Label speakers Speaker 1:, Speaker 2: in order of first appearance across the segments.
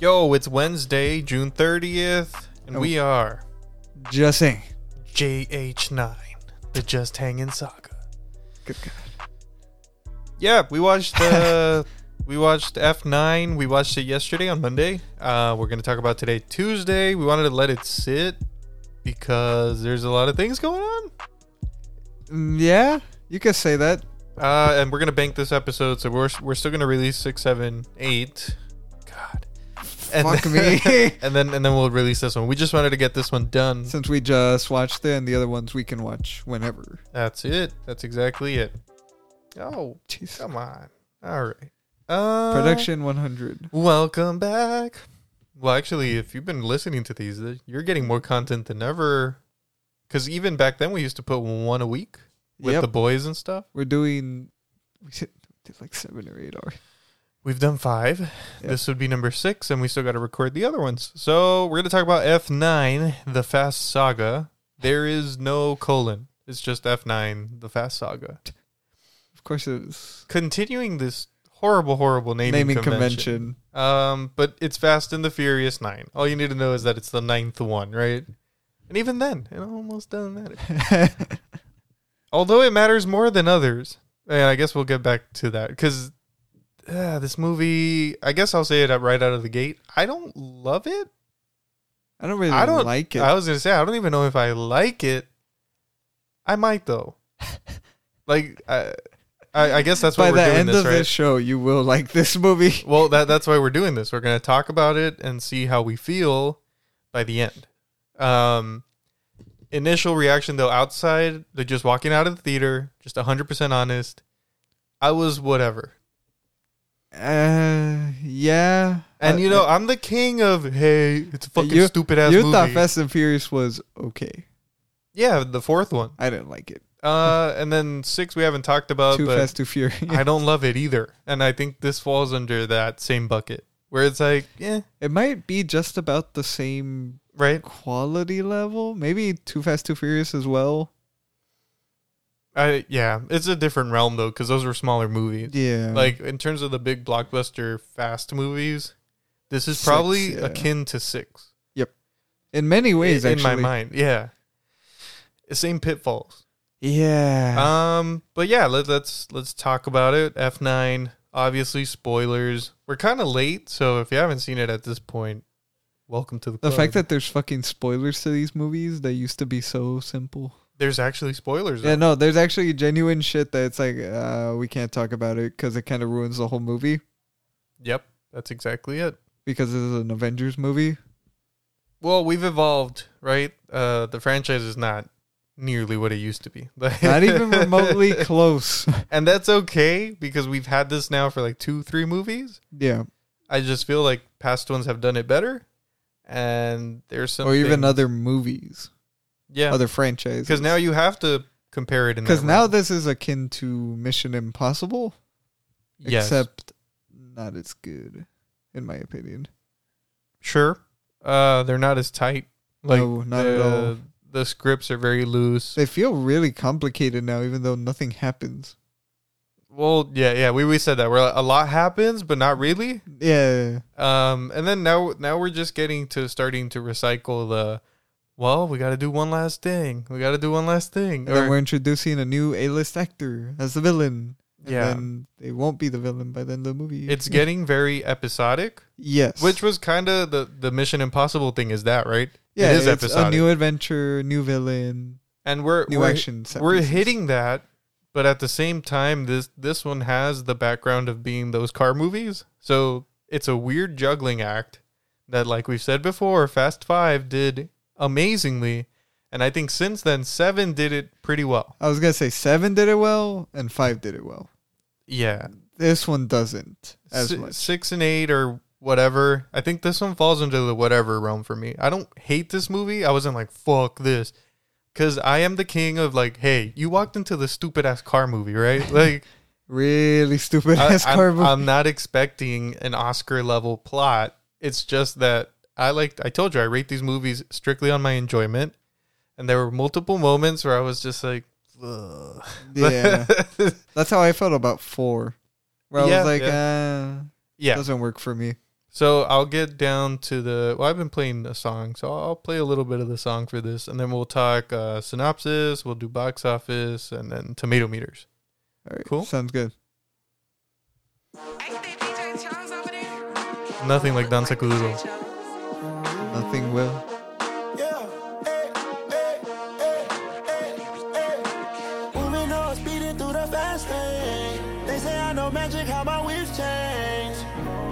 Speaker 1: Yo, it's Wednesday, June 30th, and
Speaker 2: Oh.
Speaker 1: we are
Speaker 2: Just saying.
Speaker 1: JH9, the Just Hangin' Saga.
Speaker 2: Good God.
Speaker 1: Yeah, we watched the we watched F9. We watched it yesterday on Monday. Uh, we're gonna talk about today, Tuesday. We wanted to let it sit because there's a lot of things going on.
Speaker 2: Mm, Yeah, you could say that.
Speaker 1: Uh, and we're gonna bank this episode, so we're we're still gonna release six, seven, eight. God, and
Speaker 2: Fuck
Speaker 1: then,
Speaker 2: me.
Speaker 1: and then and then we'll release this one. We just wanted to get this one done.
Speaker 2: Since we just watched it, and the other ones we can watch whenever.
Speaker 1: That's it. That's exactly it. Oh,
Speaker 2: Jeez.
Speaker 1: come on. All right. Uh,
Speaker 2: Production 100.
Speaker 1: Welcome back. Well, actually, if you've been listening to these, th- you're getting more content than ever. Because even back then, we used to put one a week with
Speaker 2: Yep,
Speaker 1: the boys and stuff.
Speaker 2: we're doing. We did did like seven or eight already.
Speaker 1: We've done five. This would be number six, and we still got to record the other ones. So we're going to talk about F9, the Fast Saga. There is no colon. It's just F9, the Fast Saga.
Speaker 2: Of course, it was
Speaker 1: Continuing this horrible, horrible naming,
Speaker 2: naming
Speaker 1: convention.
Speaker 2: convention.
Speaker 1: Um, but it's Fast and the Furious Nine. All you need to know is that it's the ninth one, right? And even then, it almost doesn't matter. Although it matters more than others. And I guess we'll get back to that because uh, this movie. I guess I'll say it out- right out of the gate. I don't love it.
Speaker 2: I don't really
Speaker 1: I don't
Speaker 2: like it.
Speaker 1: I was gonna say I don't even know if I like it. I might though. like I, I, I guess that's why
Speaker 2: By
Speaker 1: we're
Speaker 2: the
Speaker 1: doing
Speaker 2: end
Speaker 1: this,
Speaker 2: of
Speaker 1: right?
Speaker 2: this show, you will like this movie.
Speaker 1: well that that's why we're doing this we're going to talk about it and see how we feel by the end um initial reaction though outside like just walking out of the theater just 100% honest i was whatever
Speaker 2: Uh, yeah.
Speaker 1: and
Speaker 2: Uh,
Speaker 1: you know i'm the king of hey it's a fucking stupid ass
Speaker 2: you
Speaker 1: movie
Speaker 2: thought Fast and Furious was okay.
Speaker 1: yeah the fourth one
Speaker 2: I didn't like it.
Speaker 1: uh and then six we haven't talked about
Speaker 2: too
Speaker 1: Uh, but
Speaker 2: Fast, too Furious.
Speaker 1: i don't love it either and i think this falls under that same bucket where it's like yeah
Speaker 2: It might be just about the same
Speaker 1: right
Speaker 2: quality level. Maybe Too Fast, Too Furious as well.
Speaker 1: I, yeah it's a different realm though because those were smaller movies
Speaker 2: Yeah.
Speaker 1: like in terms of the big blockbuster fast movies this is
Speaker 2: Six,
Speaker 1: probably
Speaker 2: yeah.
Speaker 1: akin to six
Speaker 2: in many ways,
Speaker 1: in, in
Speaker 2: actually.
Speaker 1: my mind yeah same pitfalls
Speaker 2: Yeah.
Speaker 1: um but yeah let, let's let's talk about it f9 obviously spoilers we're kind of late so if you haven't seen it at this point welcome to the
Speaker 2: the
Speaker 1: club.
Speaker 2: fact that there's fucking spoilers to these movies that used to be so simple.
Speaker 1: there's actually spoilers
Speaker 2: Yeah, no, there's actually genuine shit that it's like, uh, we can't talk about it because it kind of ruins the whole movie
Speaker 1: yep that's exactly it
Speaker 2: because this is an Avengers movie.
Speaker 1: well we've evolved right uh the franchise is not nearly what it used to be
Speaker 2: Not even remotely close.
Speaker 1: And that's okay because we've had this now for like two, three movies.
Speaker 2: yeah.
Speaker 1: I just feel like past ones have done it better. And there's some.
Speaker 2: Or even
Speaker 1: things-
Speaker 2: other movies,
Speaker 1: Yeah.
Speaker 2: other franchises.
Speaker 1: Because now you have to compare it in
Speaker 2: Because
Speaker 1: that
Speaker 2: now
Speaker 1: realm.
Speaker 2: this is akin to Mission Impossible,
Speaker 1: Yes.
Speaker 2: except not as good, in my opinion.
Speaker 1: Sure. Uh, they're not as tight. Like,
Speaker 2: no, not
Speaker 1: the,
Speaker 2: at all.
Speaker 1: The scripts are very loose.
Speaker 2: They feel really complicated now, even though nothing happens.
Speaker 1: well, yeah, yeah. We, we said that. Where a lot happens, but not really.
Speaker 2: Yeah,
Speaker 1: Um, and then now now we're just getting to starting to recycle the. Well, we got to do one last thing. We got to do one last thing.
Speaker 2: and then we're introducing a new A-list actor as the villain. And
Speaker 1: Yeah.
Speaker 2: then they won't be the villain by the end of the movie.
Speaker 1: it's getting very episodic,
Speaker 2: yes,
Speaker 1: which was kind of the the Mission Impossible thing. Is that right?
Speaker 2: yeah,
Speaker 1: it is
Speaker 2: it's a
Speaker 1: episodic,
Speaker 2: new adventure, new villain,
Speaker 1: and we're
Speaker 2: new
Speaker 1: we're,
Speaker 2: action. set
Speaker 1: we're
Speaker 2: pieces.
Speaker 1: hitting that, but at the same time, this this one has the background of being those car movies, so it's a weird juggling act that, like we've said before, Fast Five did amazingly, and I think since then Seven did it pretty well.
Speaker 2: I was gonna say seven did it well, and five did it well.
Speaker 1: Yeah,
Speaker 2: This one doesn't as
Speaker 1: Si-
Speaker 2: much.
Speaker 1: Six and eight or whatever. I think this one falls into the whatever realm for me. I don't hate this movie. I wasn't like fuck this, because I am the king of like, hey, you walked into the stupid ass car movie, right? Like,
Speaker 2: Really stupid
Speaker 1: I,
Speaker 2: ass car
Speaker 1: I'm,
Speaker 2: movie.
Speaker 1: I'm not expecting an Oscar level plot. It's just that I like. I told you I rate these movies strictly on my enjoyment, and there were multiple moments where I was just like, ugh.
Speaker 2: yeah, that's how I felt about four, where I
Speaker 1: Yeah,
Speaker 2: was like, uh,
Speaker 1: yeah.
Speaker 2: doesn't work for me.
Speaker 1: So I'll get down to the. Well, I've been playing a song, so I'll play a little bit of the song for this, and then we'll talk uh, synopsis. We'll do box office, and then tomato meters.
Speaker 2: All right.
Speaker 1: Cool.
Speaker 2: Sounds good.
Speaker 1: Nothing like Danza Kudo.
Speaker 2: Nothing will.
Speaker 3: Yeah. eh, Hey, hey, hey, hey, hey. eh, Moving on, speeding through the fast lane. They say I know magic, how my wheels change.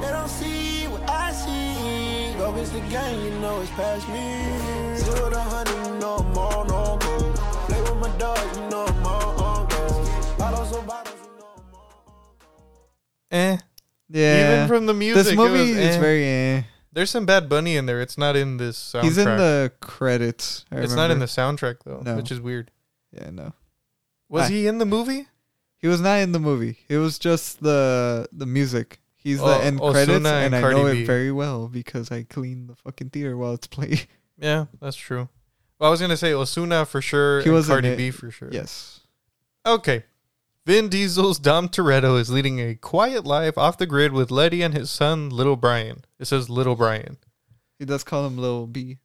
Speaker 3: They don't see what I see. Go is the game, you know it's past me. Zero to hundred, you know I'm on on go. Play with my dog, you know I'm on on go. Bottles on bottles, you know I'm on.
Speaker 1: Eh.
Speaker 2: Yeah.
Speaker 1: Even from the music,
Speaker 2: this
Speaker 1: it
Speaker 2: movie
Speaker 1: was,
Speaker 2: is
Speaker 1: eh.
Speaker 2: very. Eh.
Speaker 1: There's some Bad Bunny in there. It's not in this soundtrack.
Speaker 2: He's in the credits. I
Speaker 1: It's not in the
Speaker 2: remember.
Speaker 1: soundtrack though,
Speaker 2: No.
Speaker 1: which is weird.
Speaker 2: Yeah, no.
Speaker 1: Was
Speaker 2: Hi.
Speaker 1: he in the movie?
Speaker 2: He was not in the movie. It was just the the music. He's
Speaker 1: Oh,
Speaker 2: the end
Speaker 1: Ozuna
Speaker 2: credits,
Speaker 1: and
Speaker 2: and, I
Speaker 1: Cardi
Speaker 2: know
Speaker 1: B.
Speaker 2: it very well because I clean the fucking theater while it's playing.
Speaker 1: Yeah, that's true. Well, I was gonna say Osuna for sure.
Speaker 2: He
Speaker 1: and
Speaker 2: was in
Speaker 1: Cardi
Speaker 2: it.
Speaker 1: B for sure.
Speaker 2: Yes.
Speaker 1: Okay. Vin Diesel's Dom Toretto is leading a quiet life off the grid with Letty and his son, Little Brian. It says Little Brian.
Speaker 2: He does call him Lil B.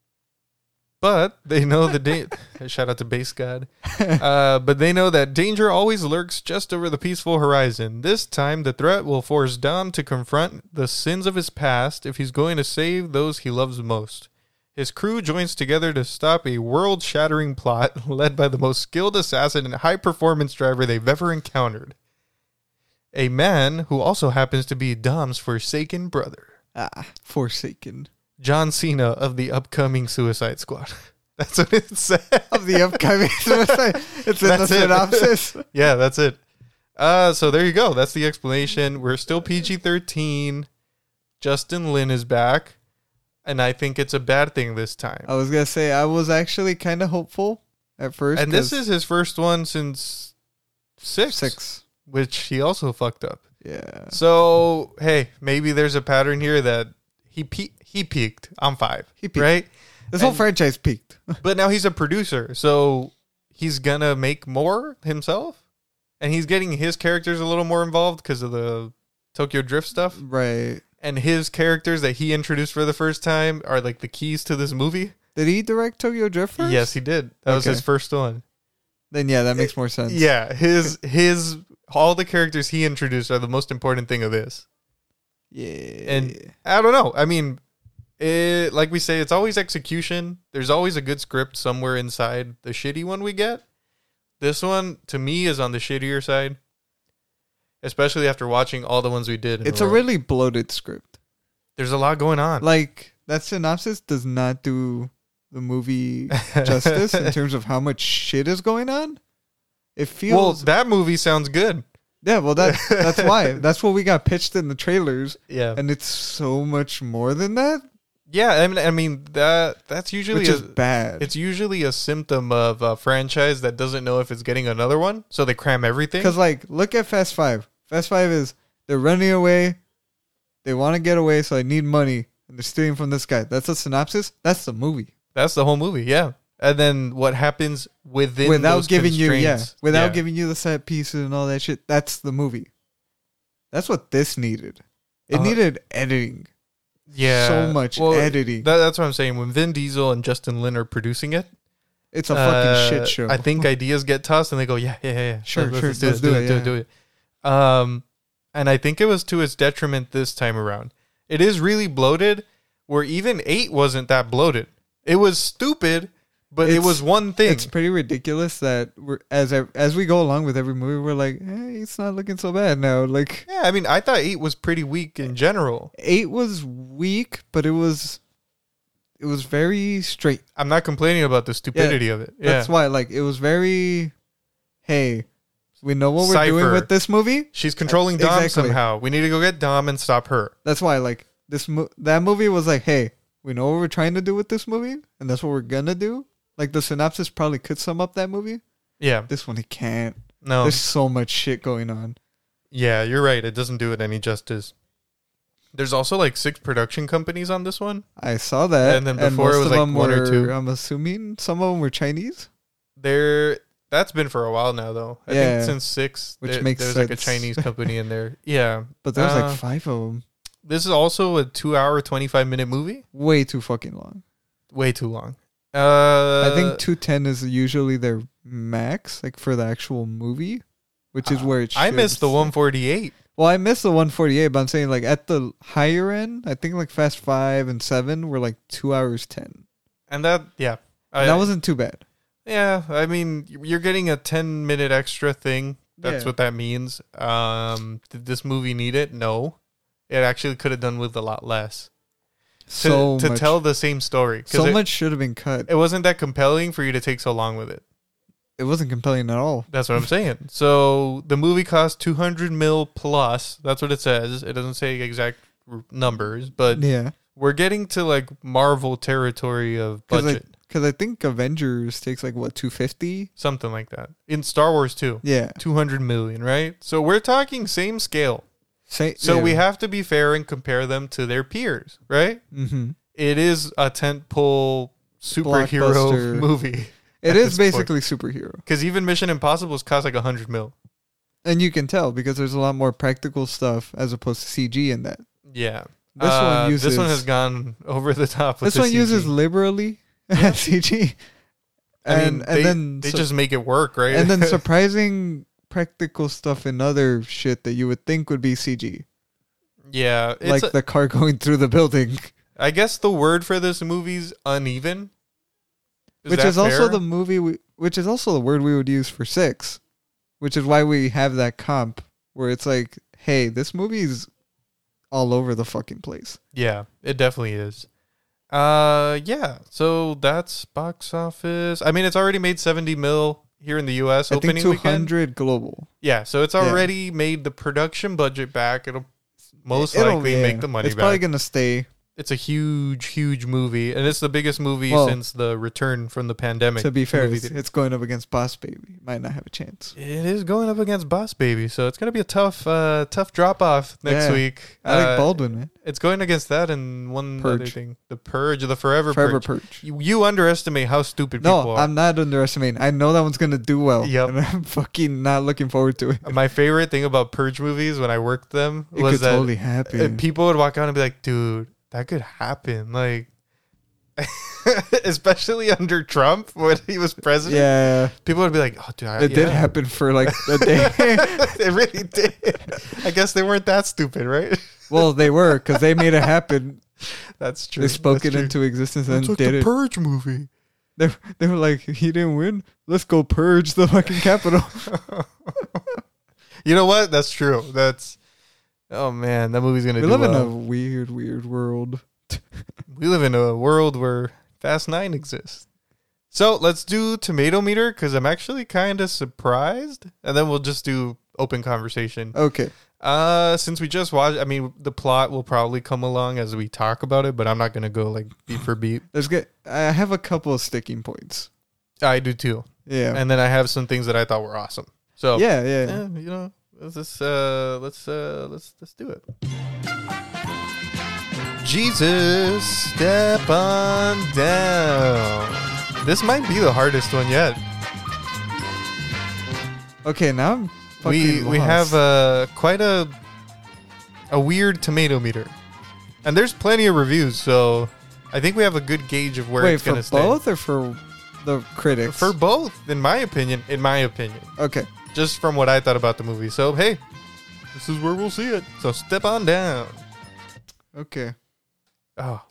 Speaker 1: But they know the da- shout out to Base God. Uh, but they know that danger always lurks just over the peaceful horizon. This time, the threat will force Dom to confront the sins of his past if he's going to save those he loves most. His crew joins together to stop a world shattering plot led by the most skilled assassin and high performance driver they've ever encountered. A man who also happens to be Dom's forsaken brother,
Speaker 2: Ah, Forsaken.
Speaker 1: John Cena of the upcoming Suicide Squad. That's what it said.
Speaker 2: Of the upcoming suicide. It's in the
Speaker 1: That's it.
Speaker 2: synopsis.
Speaker 1: yeah, that's it. Uh, so there you go. That's the explanation. We're still PG 13. Justin Lin is back. And I think it's a bad thing this time.
Speaker 2: I was going to say, I was actually kind of hopeful at first.
Speaker 1: and this
Speaker 2: 'cause
Speaker 1: is his first one since six,
Speaker 2: six.
Speaker 1: which he also fucked up.
Speaker 2: Yeah.
Speaker 1: So, hey, maybe there's a pattern here that he pe- he peaked on five.
Speaker 2: He peaked.
Speaker 1: Right?
Speaker 2: This whole
Speaker 1: and-
Speaker 2: franchise peaked.
Speaker 1: But now he's a producer. So he's going to make more himself. And he's getting his characters a little more involved because of the Tokyo Drift stuff.
Speaker 2: right.
Speaker 1: and his characters that he introduced for the first time are like the keys to this movie.
Speaker 2: Did he direct Tokyo Drift first?
Speaker 1: Yes, he did. That was
Speaker 2: Okay.
Speaker 1: his first one.
Speaker 2: Then, yeah, that makes more sense.
Speaker 1: Yeah, his his all the characters he introduced are the most important thing of this.
Speaker 2: Yeah.
Speaker 1: And I don't know. I mean, it, like we say, it's always execution. There's always a good script somewhere inside the shitty one we get. This one to me is on the shittier side, especially after watching all the ones we did. in
Speaker 2: it's a
Speaker 1: row.
Speaker 2: really bloated script.
Speaker 1: there's a lot going on.
Speaker 2: Like, that synopsis does not do the movie justice in terms of how much shit is going on. It
Speaker 1: well,
Speaker 2: feels
Speaker 1: that movie sounds good.
Speaker 2: yeah. Well, that that's why that's what we got pitched in the trailers,
Speaker 1: Yeah,
Speaker 2: and it's so much more than that,
Speaker 1: Yeah, I mean, I mean that that's usually
Speaker 2: which is
Speaker 1: a,
Speaker 2: bad.
Speaker 1: it's usually a symptom of a franchise that doesn't know if it's getting another one, so they cram everything.
Speaker 2: Because like, look at Fast Five. Fast Five is they're running away, they want to get away, so I need money, and they're stealing from this guy. That's a synopsis. That's the movie
Speaker 1: That's the whole movie, yeah. And then what happens within
Speaker 2: without
Speaker 1: those
Speaker 2: giving you yeah,
Speaker 1: constraints.
Speaker 2: without
Speaker 1: Yeah.
Speaker 2: giving you the set pieces and all that shit. That's the movie. That's what this needed. It
Speaker 1: Uh,
Speaker 2: needed editing.
Speaker 1: yeah
Speaker 2: so much
Speaker 1: Well,
Speaker 2: editing.
Speaker 1: that- that's what I'm saying. When Vin Diesel and Justin Lin are producing it,
Speaker 2: It's a fucking
Speaker 1: uh,
Speaker 2: shit show.
Speaker 1: I think ideas get tossed, and they go, yeah, yeah, yeah, yeah.
Speaker 2: Sure,
Speaker 1: Let's-
Speaker 2: sure,
Speaker 1: let's do
Speaker 2: let's
Speaker 1: it,
Speaker 2: do
Speaker 1: do it,
Speaker 2: it,
Speaker 1: do
Speaker 2: yeah.
Speaker 1: it, do it. Um, and I think it was to its detriment this time around. It is really bloated. Where even eight wasn't that bloated. It was stupid, but it
Speaker 2: It's-
Speaker 1: was one thing.
Speaker 2: it's pretty ridiculous that we're as ev- as we go along with every movie, we're like, hey, it's not looking so bad now. Like
Speaker 1: yeah, I mean, I thought eight was pretty weak in general.
Speaker 2: eight was weak, but it was it was very straight.
Speaker 1: I'm not complaining about the stupidity of it. Yeah,
Speaker 2: That's why, like, it was very, hey, we know what we're doing
Speaker 1: Cipher.
Speaker 2: with this movie.
Speaker 1: she's controlling Dom
Speaker 2: Exactly.
Speaker 1: somehow. We need to go get Dom and stop her.
Speaker 2: That's why, like, this mo- that movie was like, hey, we know what we're trying to do with this movie, and that's what we're gonna do. Like the synopsis probably could sum up that movie.
Speaker 1: Yeah,
Speaker 2: This one it can't.
Speaker 1: no,
Speaker 2: There's so much shit going on.
Speaker 1: yeah, you're right. It doesn't do it any justice. There's also like six production companies on this one.
Speaker 2: I saw that.
Speaker 1: And then before it
Speaker 2: most
Speaker 1: was
Speaker 2: of
Speaker 1: like
Speaker 2: them
Speaker 1: one or
Speaker 2: were-
Speaker 1: two.
Speaker 2: I'm assuming some of them were Chinese,
Speaker 1: there that's been for a while now though. I
Speaker 2: Yeah.
Speaker 1: think since six
Speaker 2: Which
Speaker 1: there,
Speaker 2: makes
Speaker 1: there's like a
Speaker 2: sense.
Speaker 1: Chinese company in there. Yeah.
Speaker 2: but there was
Speaker 1: Uh,
Speaker 2: like five of them.
Speaker 1: This is also a two hour, 25 minute movie.
Speaker 2: Way too fucking long.
Speaker 1: Way too long. Uh,
Speaker 2: I think 210 is usually their max, like for the actual movie, which is where it
Speaker 1: Uh, I
Speaker 2: should
Speaker 1: missed the
Speaker 2: sit.
Speaker 1: 148.
Speaker 2: Well, I missed the 148, but I'm saying like at the higher end, I think like Fast 5 and 7 were like 2 hours 10.
Speaker 1: And that, yeah. I,
Speaker 2: And that wasn't too bad.
Speaker 1: yeah, I mean, you're getting a 10 minute extra thing. That's
Speaker 2: Yeah.
Speaker 1: what that means. Um, did this movie need it? No. It actually could have done with a lot less to,
Speaker 2: so
Speaker 1: to
Speaker 2: much,
Speaker 1: tell the same story. 'Cause
Speaker 2: so
Speaker 1: it,
Speaker 2: much should have been cut.
Speaker 1: It wasn't that compelling for you to take so long with it.
Speaker 2: It wasn't compelling at all.
Speaker 1: That's what I'm saying. So the movie cost 200 mil plus. That's what it says. It doesn't say exact r- numbers, but
Speaker 2: Yeah.
Speaker 1: we're getting to like Marvel territory of
Speaker 2: Cuz
Speaker 1: budget,
Speaker 2: cuz I think Avengers takes like what 250?
Speaker 1: something like that. In Star Wars too,
Speaker 2: Yeah.
Speaker 1: 200 million, right? So we're talking same scale.
Speaker 2: Say,
Speaker 1: So
Speaker 2: yeah.
Speaker 1: we have to be fair and compare them to their peers, right?
Speaker 2: Mhm.
Speaker 1: It is a tentpole superhero
Speaker 2: Blockbuster.
Speaker 1: movie
Speaker 2: It
Speaker 1: at
Speaker 2: is
Speaker 1: this point.
Speaker 2: basically superhero.
Speaker 1: because even Mission Impossible's cost like 100 mil.
Speaker 2: And you can tell because there's a lot more practical stuff as opposed to CG in that.
Speaker 1: Yeah.
Speaker 2: This one
Speaker 1: Uh, this
Speaker 2: uses-
Speaker 1: one has gone over the top. With
Speaker 2: This
Speaker 1: the
Speaker 2: one
Speaker 1: CG.
Speaker 2: uses liberally at CG.
Speaker 1: I mean,
Speaker 2: And, and
Speaker 1: they,
Speaker 2: then
Speaker 1: they
Speaker 2: so-
Speaker 1: just make it work, right?
Speaker 2: and then surprising practical stuff and other shit that you would think would be CG,
Speaker 1: yeah, it's
Speaker 2: like
Speaker 1: a-
Speaker 2: the car going through the building,
Speaker 1: I guess the word for this movie's uneven,
Speaker 2: which
Speaker 1: that
Speaker 2: is also
Speaker 1: fair?
Speaker 2: the movie, we, which is also the word we would use for six, which is why we have that comp where it's like, hey, this movie's all over the fucking place.
Speaker 1: yeah, it definitely is. Uh, yeah. So that's box office. I mean, it's already made seventy mil here in the U.S.
Speaker 2: I think
Speaker 1: opening
Speaker 2: two
Speaker 1: weekend.
Speaker 2: hundred global.
Speaker 1: Yeah, so it's
Speaker 2: Yeah.
Speaker 1: already made the production budget back. It'll most
Speaker 2: It'll-
Speaker 1: likely
Speaker 2: yeah.
Speaker 1: make the money
Speaker 2: It's
Speaker 1: back.
Speaker 2: probably gonna stay
Speaker 1: it's a huge, huge movie, and it's the biggest movie
Speaker 2: Well,
Speaker 1: since the return from the pandemic.
Speaker 2: to be fair.
Speaker 1: Movie
Speaker 2: It's,
Speaker 1: theater.
Speaker 2: it's going up against Boss Baby. Might not have a chance.
Speaker 1: It is going up against Boss Baby, so it's gonna be a tough, uh, tough drop off next
Speaker 2: Yeah.
Speaker 1: week.
Speaker 2: I
Speaker 1: Uh,
Speaker 2: like Baldwin, man.
Speaker 1: It's going against that and one other
Speaker 2: Purge.
Speaker 1: thing, the Purge, the Forever,
Speaker 2: Forever
Speaker 1: Purge.
Speaker 2: Purge.
Speaker 1: You, you underestimate how stupid people
Speaker 2: No,
Speaker 1: are.
Speaker 2: I'm not underestimating. I know that one's gonna do well.
Speaker 1: Yep.
Speaker 2: And I'm fucking not looking forward to it.
Speaker 1: My favorite thing about Purge movies when I worked them
Speaker 2: It
Speaker 1: was
Speaker 2: could
Speaker 1: that
Speaker 2: totally
Speaker 1: uh,
Speaker 2: happen.
Speaker 1: people would walk out and be like, "Dude, that could happen." Like, especially under Trump when he was president,
Speaker 2: yeah,
Speaker 1: people would be like, "Oh, dude, I,
Speaker 2: it
Speaker 1: yeah."
Speaker 2: did happen for like a day.
Speaker 1: it really did." I guess they weren't that stupid, right?
Speaker 2: well, they were because they made it happen.
Speaker 1: That's true.
Speaker 2: They spoke
Speaker 1: That's
Speaker 2: it
Speaker 1: true.
Speaker 2: into existence and
Speaker 1: It's like
Speaker 2: did
Speaker 1: the
Speaker 2: it.
Speaker 1: Purge movie.
Speaker 2: They, they were like, he didn't win. Let's go purge the fucking capital.
Speaker 1: You know what? That's true. That's oh man, that movie's gonna
Speaker 2: we
Speaker 1: do
Speaker 2: live in
Speaker 1: well.
Speaker 2: a weird, weird world.
Speaker 1: we live in a world where Fast Nine exists. So let's do tomato meter because I'm actually kind of surprised, and then we'll just do open conversation.
Speaker 2: Okay,
Speaker 1: Uh, since we just watched, I mean, the plot will probably come along as we talk about it, but I'm not gonna go like beat for beat.
Speaker 2: let's get. I have a couple of sticking points.
Speaker 1: I do too,
Speaker 2: Yeah,
Speaker 1: and then I have some things that I thought were awesome. So
Speaker 2: yeah, yeah.
Speaker 1: eh, you know, let's just, uh, let's uh, let's let's do it. Jesus, step on down. This might be the hardest one yet.
Speaker 2: Okay, now I'm.
Speaker 1: We
Speaker 2: fucking
Speaker 1: we have
Speaker 2: lost.
Speaker 1: uh, quite a a weird tomato meter, and there's plenty of reviews, so I think we have a good gauge of where
Speaker 2: wait
Speaker 1: it's
Speaker 2: for
Speaker 1: gonna stay.
Speaker 2: both or for the critics.
Speaker 1: For both, in my opinion, in my opinion,
Speaker 2: okay.
Speaker 1: just from what I thought about the movie. So hey, this is where we'll see it. So step on down.
Speaker 2: Okay.
Speaker 1: Oh.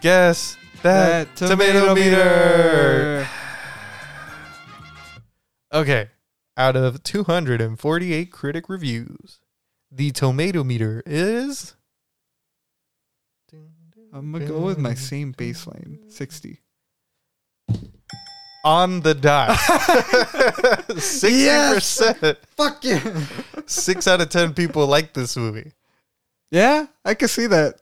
Speaker 1: Guess that, Uh, tomato, meter. Okay. Out of 248 critic reviews, the tomato meter is.
Speaker 2: I'm gonna go with my same baseline, sixty.
Speaker 1: On the dot. 60%.
Speaker 2: Fuck yeah.
Speaker 1: Six out of 10 people like this movie.
Speaker 2: yeah, I could see that.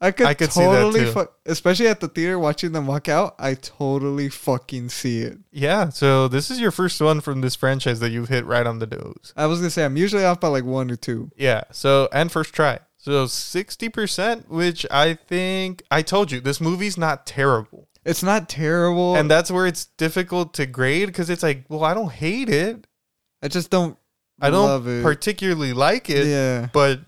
Speaker 2: I could,
Speaker 1: I could see that
Speaker 2: totally
Speaker 1: too.
Speaker 2: fuck, especially at the theater watching them walk out. I totally fucking see it.
Speaker 1: Yeah. So this is your first one from this franchise that you've hit right on the nose.
Speaker 2: I was gonna say I'm usually off by like one or two.
Speaker 1: Yeah. So and first try. So sixty percent, which I think I told you this movie's not terrible,
Speaker 2: It's not terrible,
Speaker 1: and that's where it's difficult to grade because it's like, well, I don't hate it,
Speaker 2: I just don't.
Speaker 1: I don't
Speaker 2: love it.
Speaker 1: particularly like it,
Speaker 2: yeah,
Speaker 1: but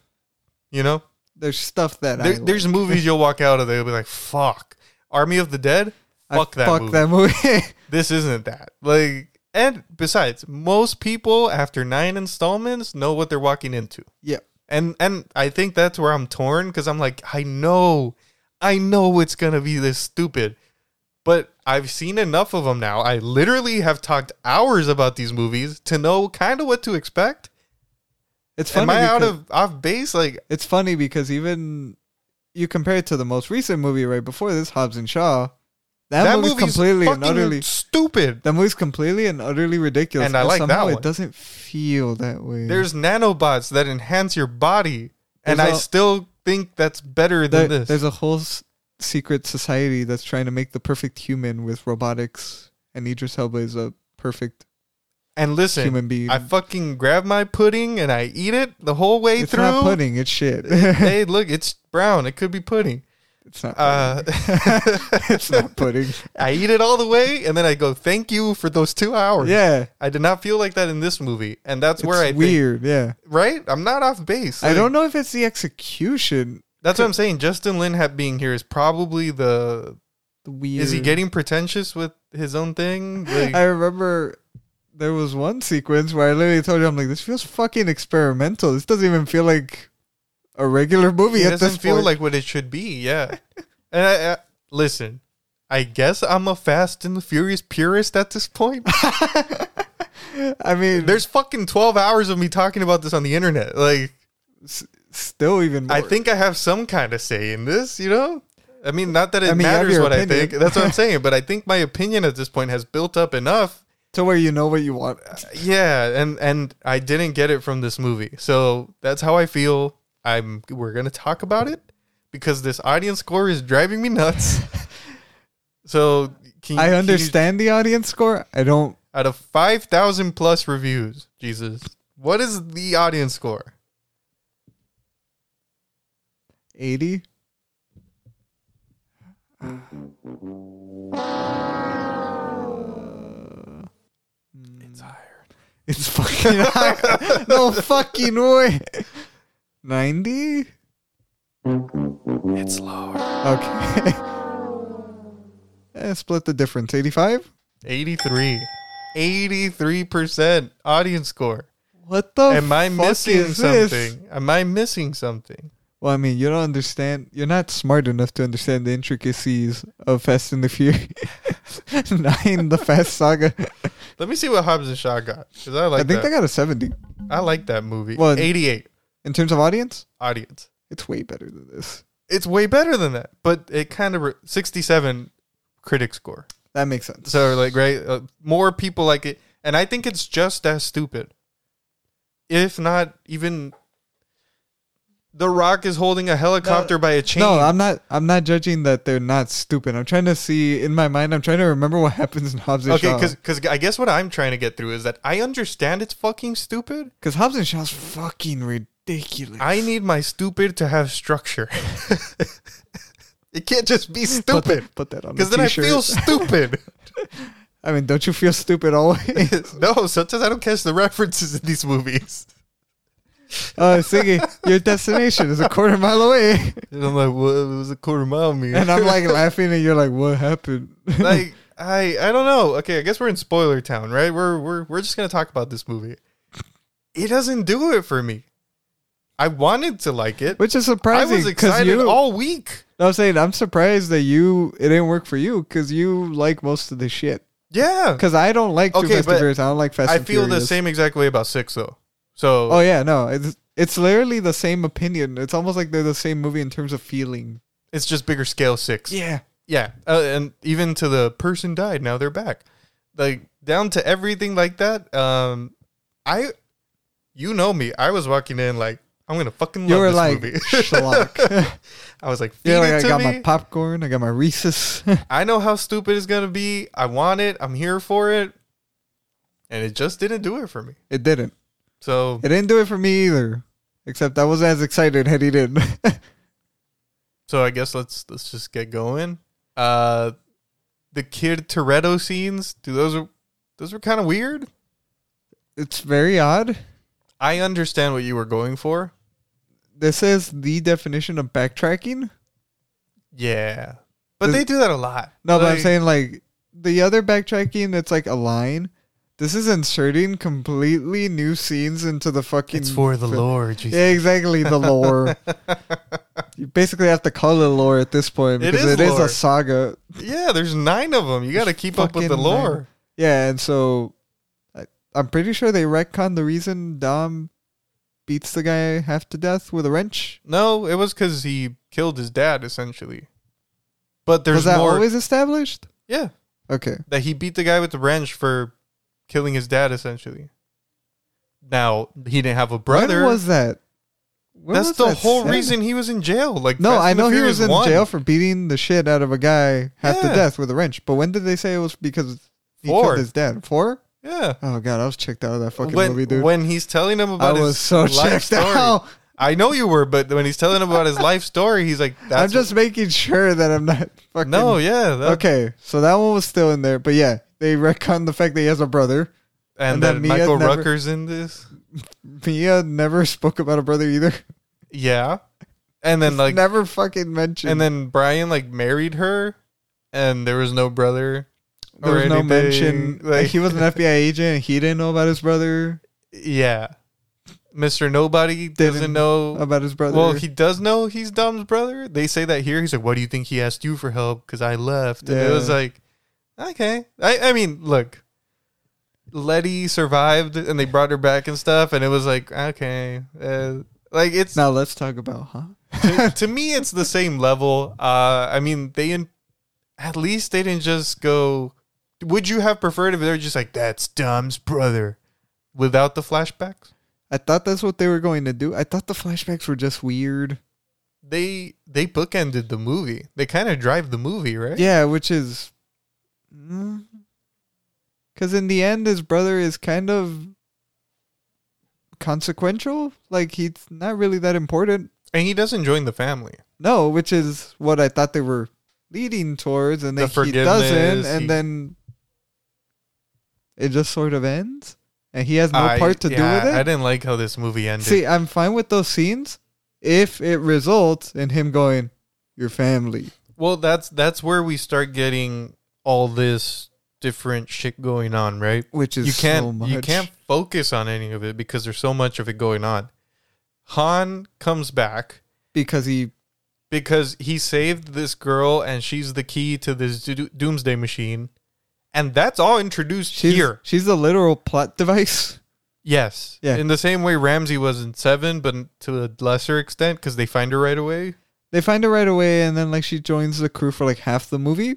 Speaker 1: you know,
Speaker 2: There's stuff that I
Speaker 1: There,
Speaker 2: like.
Speaker 1: there's movies you'll walk out of there, you'll be like, fuck. Army of the Dead?
Speaker 2: I
Speaker 1: Fuck that
Speaker 2: fuck
Speaker 1: movie.
Speaker 2: that movie.
Speaker 1: This isn't that. Like, and besides, most people after nine installments know what they're walking into.
Speaker 2: yeah,
Speaker 1: And and I think that's where I'm torn because I'm like, I know, I know it's gonna be this stupid, but I've seen enough of them now. I literally have talked hours about these movies to know kind of what to expect.
Speaker 2: it's funny.
Speaker 1: Am I out
Speaker 2: because-
Speaker 1: of off base? Like,
Speaker 2: It's funny because even you compare it to the most recent movie right before this, Hobbs and Shaw. That, movie's, completely and
Speaker 1: fucking
Speaker 2: utterly.
Speaker 1: stupid.
Speaker 2: That movie's completely and utterly ridiculous.
Speaker 1: And I
Speaker 2: but
Speaker 1: like that
Speaker 2: somehow
Speaker 1: one.
Speaker 2: It doesn't feel that way.
Speaker 1: There's nanobots that enhance your body, and
Speaker 2: There's
Speaker 1: I
Speaker 2: a-
Speaker 1: still think that's better
Speaker 2: There-
Speaker 1: than
Speaker 2: there's
Speaker 1: this.
Speaker 2: a whole s- secret society that's trying to make the perfect human with robotics, and Idris Elba is a perfect
Speaker 1: And listen,
Speaker 2: human being.
Speaker 1: I fucking grab my pudding and I eat it the whole way
Speaker 2: it's
Speaker 1: through.
Speaker 2: not pudding. It's shit.
Speaker 1: hey, look, it's brown. It could be pudding.
Speaker 2: it's not.
Speaker 1: Uh,
Speaker 2: pudding. it's not pudding.
Speaker 1: I eat it all the way, and then I go, "Thank you for those two hours."
Speaker 2: Yeah,
Speaker 1: I did not feel like that in this movie, and that's
Speaker 2: it's
Speaker 1: where I think,
Speaker 2: weird. yeah,
Speaker 1: right. I'm not off base.
Speaker 2: I
Speaker 1: Like,
Speaker 2: don't know if it's the execution.
Speaker 1: That's what I'm saying. Justin Lin ha- being here is probably the.
Speaker 2: The weird.
Speaker 1: Is he getting pretentious with his own thing? Like,
Speaker 2: I remember there was one sequence where I literally told you, I'm like, this feels fucking experimental. This doesn't even feel like a regular movie
Speaker 1: it
Speaker 2: at this
Speaker 1: doesn't feel
Speaker 2: point.
Speaker 1: like what it should be. Yeah. and I, I, listen, I guess I'm a Fast and the Furious purist at this point.
Speaker 2: I mean, there's
Speaker 1: There's fucking 12 hours of me talking about this on the internet. Like,
Speaker 2: still even more.
Speaker 1: I think I have some kind of say in this, you know? I mean, not that it
Speaker 2: I mean, you have
Speaker 1: matters
Speaker 2: your
Speaker 1: what I
Speaker 2: opinion.
Speaker 1: think. That's what I'm saying. But I think my opinion at this point has built up enough.
Speaker 2: to where you know what you want.
Speaker 1: Yeah, and and I didn't get it from this movie, so that's how I feel. I'm we're gonna talk about it because this audience score is driving me nuts. so can,
Speaker 2: I
Speaker 1: can you-
Speaker 2: understand the audience score. I don't.
Speaker 1: out of five thousand plus reviews, Jesus, what is the audience score?
Speaker 2: 80.
Speaker 1: It's higher.
Speaker 2: Hmm. It's fucking high. no fucking way. 90?
Speaker 1: It's lower.
Speaker 2: Okay. Eh, split the difference. 85?
Speaker 1: 83. 83% audience score.
Speaker 2: What the
Speaker 1: Am I
Speaker 2: fuck
Speaker 1: missing
Speaker 2: is this?
Speaker 1: something? Am I missing something?
Speaker 2: Well, I mean, you don't understand. You're not smart enough to understand the intricacies of Fast and the Furious. Nine, the Fast Saga.
Speaker 1: Let me see what Hobbs and Shaw got because I like
Speaker 2: I
Speaker 1: that.
Speaker 2: think they got a 70.
Speaker 1: I like that movie.
Speaker 2: Well-
Speaker 1: 88
Speaker 2: In terms of audience,
Speaker 1: audience.
Speaker 2: it's way better than this.
Speaker 1: It's way better than that, but it kind of re- 67 critic score.
Speaker 2: That makes sense.
Speaker 1: So like right, uh, more people like it, and I think it's just as stupid, if not even. The Rock is holding a helicopter by a chain.
Speaker 2: No, I'm not. I'm not judging that they're not stupid. I'm trying to see in my mind. I'm trying to remember what happens in Hobbs and
Speaker 1: Okay,
Speaker 2: Shaw.
Speaker 1: because I guess what I'm trying to get through is that I understand it's fucking stupid.
Speaker 2: because Hobbs and Shaw's fucking ridiculous.
Speaker 1: I need my stupid to have structure. it can't just be
Speaker 2: put
Speaker 1: stupid
Speaker 2: that, put that on.
Speaker 1: because
Speaker 2: Because
Speaker 1: then I feel stupid.
Speaker 2: I mean, don't you feel stupid always?
Speaker 1: no, sometimes I don't catch the references in these movies.
Speaker 2: uh, singing, your destination is a quarter mile away.
Speaker 1: And I'm like, well, it was a quarter mile me.
Speaker 2: And I'm like laughing, and you're like, what happened?
Speaker 1: like I I don't know. Okay, I guess we're in spoiler town, right? We're we're we're just gonna talk about this movie. It doesn't do it for me. I wanted to like it.
Speaker 2: Which is
Speaker 1: I
Speaker 2: surprising.
Speaker 1: was
Speaker 2: 'cause
Speaker 1: excited
Speaker 2: you,
Speaker 1: all week.
Speaker 2: No, I'm saying I'm surprised that you it didn't work for you because you like most of the shit.
Speaker 1: Yeah,
Speaker 2: Because I don't like Too
Speaker 1: Okay,
Speaker 2: Fast
Speaker 1: but
Speaker 2: and Furious. I don't like Fast
Speaker 1: I
Speaker 2: and
Speaker 1: feel the
Speaker 2: Furious.
Speaker 1: same exact way about six though. So
Speaker 2: Oh yeah, no, it's it's literally the same opinion. It's almost like they're the same movie in terms of feeling.
Speaker 1: it's just bigger scale six.
Speaker 2: Yeah,
Speaker 1: Yeah, uh, and even to the person died. Now they're back, like down to everything like that. Um, I, you know me. I was walking in like I'm gonna fucking love
Speaker 2: you were
Speaker 1: this
Speaker 2: like
Speaker 1: movie.
Speaker 2: schlock.
Speaker 1: I was like, feed
Speaker 2: You're
Speaker 1: it
Speaker 2: like I
Speaker 1: to
Speaker 2: got
Speaker 1: me.
Speaker 2: my popcorn. I got my Reese's.
Speaker 1: I know how stupid it's gonna be. I want it. I'm here for it, and it just didn't do it for me.
Speaker 2: it didn't.
Speaker 1: So
Speaker 2: It didn't do it for me either. Except I wasn't as excited had he did.
Speaker 1: So I guess let's let's just get going. Uh the kid Toretto scenes, do those those were kind of weird.
Speaker 2: it's very odd.
Speaker 1: I understand what you were going for.
Speaker 2: this is the definition of backtracking.
Speaker 1: Yeah. But they do that a lot.
Speaker 2: No, but I'm
Speaker 1: Like,
Speaker 2: saying like the other backtracking that's like a line. This is inserting completely new scenes into the fucking.
Speaker 1: it's for the
Speaker 2: film.
Speaker 1: Lord. Jesus.
Speaker 2: Yeah, exactly. The lore. you basically have to call it lore at this point
Speaker 1: It
Speaker 2: because
Speaker 1: is
Speaker 2: it is
Speaker 1: lore.
Speaker 2: a saga.
Speaker 1: Yeah, there's nine of them. You got to keep up with the
Speaker 2: Fucking
Speaker 1: lore.
Speaker 2: Yeah, and so I, I'm pretty sure they retcon the reason Dom beats the guy half to death with a wrench.
Speaker 1: No, it was because he killed his dad essentially. But there's
Speaker 2: was that
Speaker 1: more.
Speaker 2: always established?
Speaker 1: yeah,
Speaker 2: Okay.
Speaker 1: that he beat the guy with the wrench for killing his dad essentially. Now he didn't have a brother.
Speaker 2: When was that? When
Speaker 1: That's
Speaker 2: was
Speaker 1: the
Speaker 2: that
Speaker 1: whole
Speaker 2: set?
Speaker 1: reason he was in jail. Like
Speaker 2: No,
Speaker 1: Fast
Speaker 2: I
Speaker 1: and the
Speaker 2: know he
Speaker 1: Furious
Speaker 2: was in
Speaker 1: 1.
Speaker 2: jail for beating the shit out of a guy half to
Speaker 1: Yeah.
Speaker 2: death with a wrench. But when did they say it was because he
Speaker 1: Four.
Speaker 2: killed his dad? Four?
Speaker 1: Yeah,
Speaker 2: Oh god, I was checked out of that fucking
Speaker 1: when
Speaker 2: movie, dude.
Speaker 1: when he's telling him
Speaker 2: I
Speaker 1: about his
Speaker 2: was so
Speaker 1: life
Speaker 2: checked
Speaker 1: story,
Speaker 2: out.
Speaker 1: I know you were, but when he's telling him about his life story, he's like, That's
Speaker 2: I'm just making sure that I'm not fucking.
Speaker 1: no, yeah, that-
Speaker 2: Okay, so that one was still in there, but yeah, they retconned the fact that he has a brother.
Speaker 1: And,
Speaker 2: and
Speaker 1: then
Speaker 2: then Mia
Speaker 1: Michael
Speaker 2: never-
Speaker 1: Rucker's in this.
Speaker 2: Mia never spoke about a brother either.
Speaker 1: Yeah, and then like
Speaker 2: never fucking mentioned.
Speaker 1: And then Brian like married her, and there was no brother.
Speaker 2: there
Speaker 1: or
Speaker 2: was no
Speaker 1: anything.
Speaker 2: mention.
Speaker 1: Like
Speaker 2: he was an FBI agent. and He didn't know about his brother.
Speaker 1: yeah, Mister Nobody doesn't
Speaker 2: Didn't-
Speaker 1: know.
Speaker 2: About his brother.
Speaker 1: Well, he does know he's Dom's brother. They say that here. He's like, "What do you think he asked you for help? Because I left." And it
Speaker 2: Yeah.
Speaker 1: was like, okay. I I mean, look, Letty survived, and they brought her back and stuff. And it was like, okay, uh, like it's
Speaker 2: now let's talk about, huh?
Speaker 1: to, to me, it's the same level. Uh, I mean, they in, at least they didn't just go. Would you have preferred if they were just like that's Dom's brother, without the flashbacks?
Speaker 2: I thought that's what they were going to do. I thought the flashbacks were just weird.
Speaker 1: They they bookended the movie. They kind of drive the movie, right?
Speaker 2: Yeah, which is. Because in the end, his brother is kind of consequential. Like, he's not really that important.
Speaker 1: And he doesn't join the family.
Speaker 2: No, which is what I thought they were leading towards, and
Speaker 1: The
Speaker 2: then he doesn't,
Speaker 1: forgiveness,
Speaker 2: and
Speaker 1: he-
Speaker 2: then it just sort of ends, and he has no
Speaker 1: I-
Speaker 2: part to
Speaker 1: yeah,
Speaker 2: do with it.
Speaker 1: I didn't like how this movie ended.
Speaker 2: See, I'm fine with those scenes if it results in him going, "Your family."
Speaker 1: well, that's that's where we start getting all this different shit going on, right?
Speaker 2: which is
Speaker 1: you can't
Speaker 2: so much.
Speaker 1: you can't focus on any of it because there's so much of it going on. Han comes back
Speaker 2: because he
Speaker 1: because he saved this girl and she's the key to this do- doomsday machine, and that's all introduced
Speaker 2: she's
Speaker 1: here.
Speaker 2: she's a literal plot device.
Speaker 1: Yes,
Speaker 2: Yeah.
Speaker 1: In the same way Ramsey was in Seven, but to a lesser extent because they find her right away.
Speaker 2: They find her right away, and then like she joins the crew for like half the movie,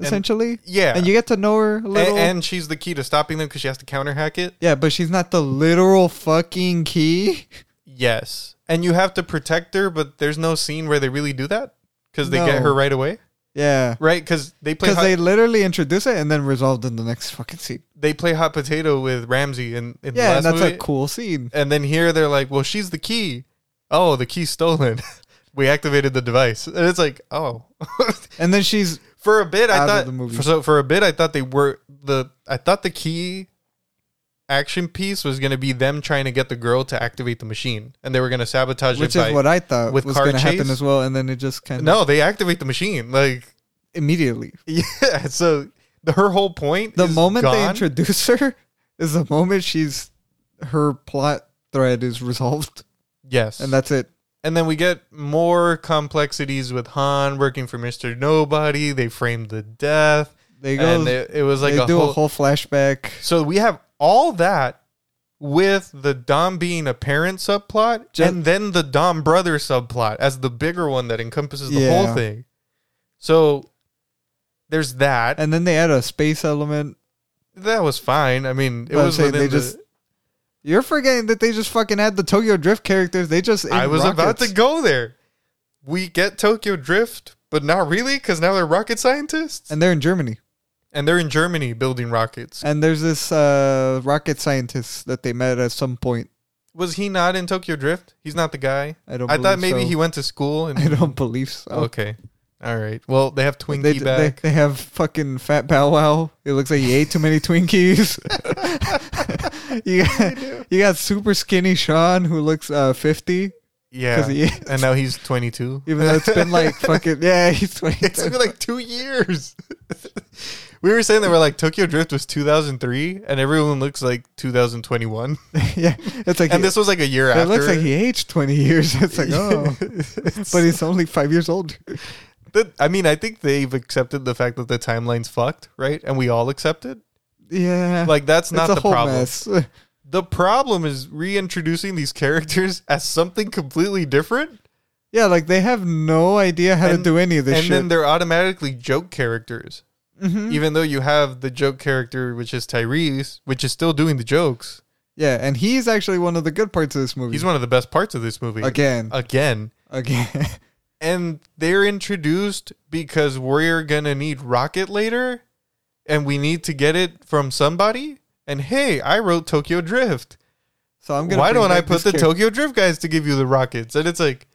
Speaker 2: essentially. And,
Speaker 1: Yeah, and,
Speaker 2: you get to know her a little.
Speaker 1: and she's the key to stopping them because she has to counterhack it.
Speaker 2: yeah, but she's not the literal fucking key.
Speaker 1: Yes, and you have to protect her, but there's no scene where they really do that because they get
Speaker 2: No.
Speaker 1: her right away,
Speaker 2: Yeah,
Speaker 1: right? Because they play
Speaker 2: because
Speaker 1: hot-
Speaker 2: they literally introduce it and then resolved in the next fucking scene.
Speaker 1: they play hot potato with Ramsey in, in the
Speaker 2: Yeah,
Speaker 1: last
Speaker 2: and that's
Speaker 1: movie.
Speaker 2: a cool scene.
Speaker 1: and then here they're like, "Well, she's the key." Oh, the key's stolen. we activated the device, and it's like, oh.
Speaker 2: And then she's
Speaker 1: for a bit, I
Speaker 2: Out of
Speaker 1: thought.
Speaker 2: the movie.
Speaker 1: For, so for a bit, I thought they were the. I thought the key action piece was going to be them trying to get the girl to activate the machine, and they were going to sabotage
Speaker 2: which
Speaker 1: it.
Speaker 2: is
Speaker 1: by,
Speaker 2: what I thought
Speaker 1: with
Speaker 2: was
Speaker 1: car
Speaker 2: going to happen
Speaker 1: chase?
Speaker 2: as well, and then it just kind of
Speaker 1: no, they activate the machine like
Speaker 2: immediately.
Speaker 1: yeah. So the, her whole point.
Speaker 2: the
Speaker 1: is
Speaker 2: moment they
Speaker 1: gone.
Speaker 2: introduce her is the moment she's her plot thread is resolved
Speaker 1: yes,
Speaker 2: and that's it
Speaker 1: And then we get more complexities with Han working for Mr. Nobody. They framed the death.
Speaker 2: they go
Speaker 1: and
Speaker 2: they,
Speaker 1: it, it was like a
Speaker 2: do
Speaker 1: whole,
Speaker 2: a whole flashback
Speaker 1: So we have all that with the Dom being a parent subplot
Speaker 2: Ju-
Speaker 1: and then the Dom brother subplot as the bigger one that encompasses the
Speaker 2: Yeah.
Speaker 1: whole thing. So there's that.
Speaker 2: and then they add a space element
Speaker 1: that was fine. I mean, it
Speaker 2: But I'm
Speaker 1: was
Speaker 2: saying
Speaker 1: within
Speaker 2: they
Speaker 1: the-
Speaker 2: just you're forgetting that they just fucking had the Tokyo Drift characters. They just
Speaker 1: I
Speaker 2: ate
Speaker 1: was about to
Speaker 2: rockets.
Speaker 1: go there. We get Tokyo Drift, but not really cuz now they're rocket scientists.
Speaker 2: and they're in Germany.
Speaker 1: and they're in Germany building rockets.
Speaker 2: And there's this uh, rocket scientist that they met at some point.
Speaker 1: Was he not in Tokyo Drift? He's not the guy.
Speaker 2: I don't.
Speaker 1: I thought
Speaker 2: believe
Speaker 1: maybe
Speaker 2: so.
Speaker 1: he went to school and
Speaker 2: I don't believe so.
Speaker 1: okay, all right. Well, they have Twinkie
Speaker 2: They, they
Speaker 1: back.
Speaker 2: they have fucking fat Bow Wow. It looks like he ate too many Twinkies. you got, you got super skinny Sean who looks uh, fifty.
Speaker 1: Yeah.
Speaker 2: 'Cause he is.
Speaker 1: and now he's 22.
Speaker 2: Even though it's been like fucking yeah, he's twenty.
Speaker 1: It's been like two years. we were saying that we're like Tokyo Drift was 2003, and everyone looks like 2021.
Speaker 2: yeah, it's like
Speaker 1: And
Speaker 2: he-
Speaker 1: this was like a year after.
Speaker 2: it looks like he aged twenty years. It's like oh, but he's only five years older.
Speaker 1: That- I mean, I think they've accepted the fact that the timeline's fucked, right? And we all accept it.
Speaker 2: Yeah,
Speaker 1: Like that's
Speaker 2: it's
Speaker 1: not
Speaker 2: a
Speaker 1: the
Speaker 2: whole
Speaker 1: problem.
Speaker 2: mess.
Speaker 1: The problem is reintroducing these characters as something completely different,
Speaker 2: Yeah, like they have no idea how
Speaker 1: And-
Speaker 2: to do any of this
Speaker 1: and
Speaker 2: shit. Mm-hmm.
Speaker 1: then they're automatically joke characters. Even though you have the joke character, which is Tyrese, which is still doing the jokes.
Speaker 2: yeah, and he's actually one of the good parts of this movie.
Speaker 1: He's one of the best parts of this movie.
Speaker 2: again,
Speaker 1: Again.
Speaker 2: again.
Speaker 1: and they're introduced because we're gonna need rocket later and we need to get it from somebody and hey i wrote tokyo drift
Speaker 2: so I'm gonna.
Speaker 1: why
Speaker 2: bring
Speaker 1: don't i
Speaker 2: back
Speaker 1: put
Speaker 2: this
Speaker 1: the
Speaker 2: character.
Speaker 1: tokyo drift guys to give you the rockets and it's like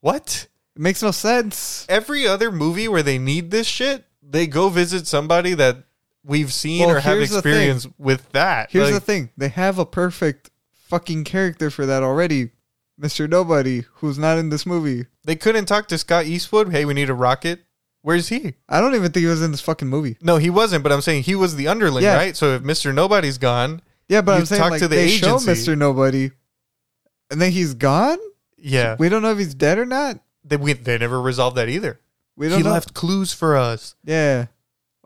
Speaker 1: what
Speaker 2: It makes no sense.
Speaker 1: every other movie where they need this shit they go visit somebody that we've seen
Speaker 2: Well,
Speaker 1: or have
Speaker 2: here's the thing.
Speaker 1: experience with that
Speaker 2: Here's the
Speaker 1: Like,
Speaker 2: thing: they have a perfect fucking character for that already, Mister Nobody, who's not in this movie.
Speaker 1: they couldn't talk to scott eastwood hey we need a rocket where's he
Speaker 2: I don't even think he was in this fucking movie.
Speaker 1: no he wasn't but i'm saying he was the underling
Speaker 2: Yeah.
Speaker 1: right so if mr nobody's gone
Speaker 2: Yeah, but
Speaker 1: You
Speaker 2: I'm saying
Speaker 1: talk
Speaker 2: like
Speaker 1: to the
Speaker 2: they show
Speaker 1: agency.
Speaker 2: Mister Nobody, and then he's gone.
Speaker 1: yeah
Speaker 2: We don't know if he's dead or not.
Speaker 1: They we, they never resolved that either.
Speaker 2: We don't
Speaker 1: He
Speaker 2: know.
Speaker 1: left clues for us.
Speaker 2: Yeah.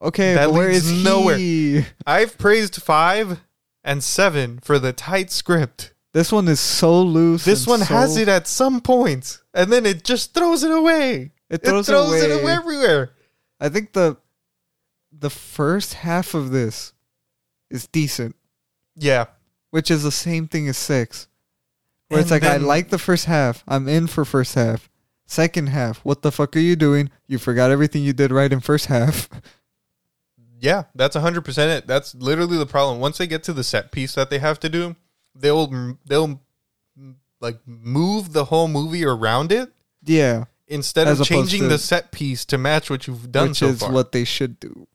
Speaker 2: Okay,
Speaker 1: That
Speaker 2: but where
Speaker 1: leads
Speaker 2: is
Speaker 1: nowhere.
Speaker 2: he?
Speaker 1: I've praised five and seven for the tight script.
Speaker 2: This one is so loose.
Speaker 1: This
Speaker 2: and
Speaker 1: one
Speaker 2: so-
Speaker 1: has it at some points, and then it just throws it away.
Speaker 2: It
Speaker 1: It throws,
Speaker 2: throws,
Speaker 1: it,
Speaker 2: away.
Speaker 1: away everywhere.
Speaker 2: I think the the first half of this is decent,
Speaker 1: Yeah,
Speaker 2: which is the same thing as six, where it's
Speaker 1: And
Speaker 2: like I
Speaker 1: then-
Speaker 2: like the first half. I'm in for first half. Second half, what the fuck are you doing? You forgot everything you did right in first half.
Speaker 1: yeah, that's hundred percent it. That's literally the problem. Once they get to the set piece that they have to do, they'll they'll like move the whole movie around it
Speaker 2: yeah,
Speaker 1: instead
Speaker 2: As
Speaker 1: of
Speaker 2: opposed
Speaker 1: changing
Speaker 2: to-
Speaker 1: the set piece to match what you've done
Speaker 2: which
Speaker 1: so
Speaker 2: is
Speaker 1: far.
Speaker 2: what they should do.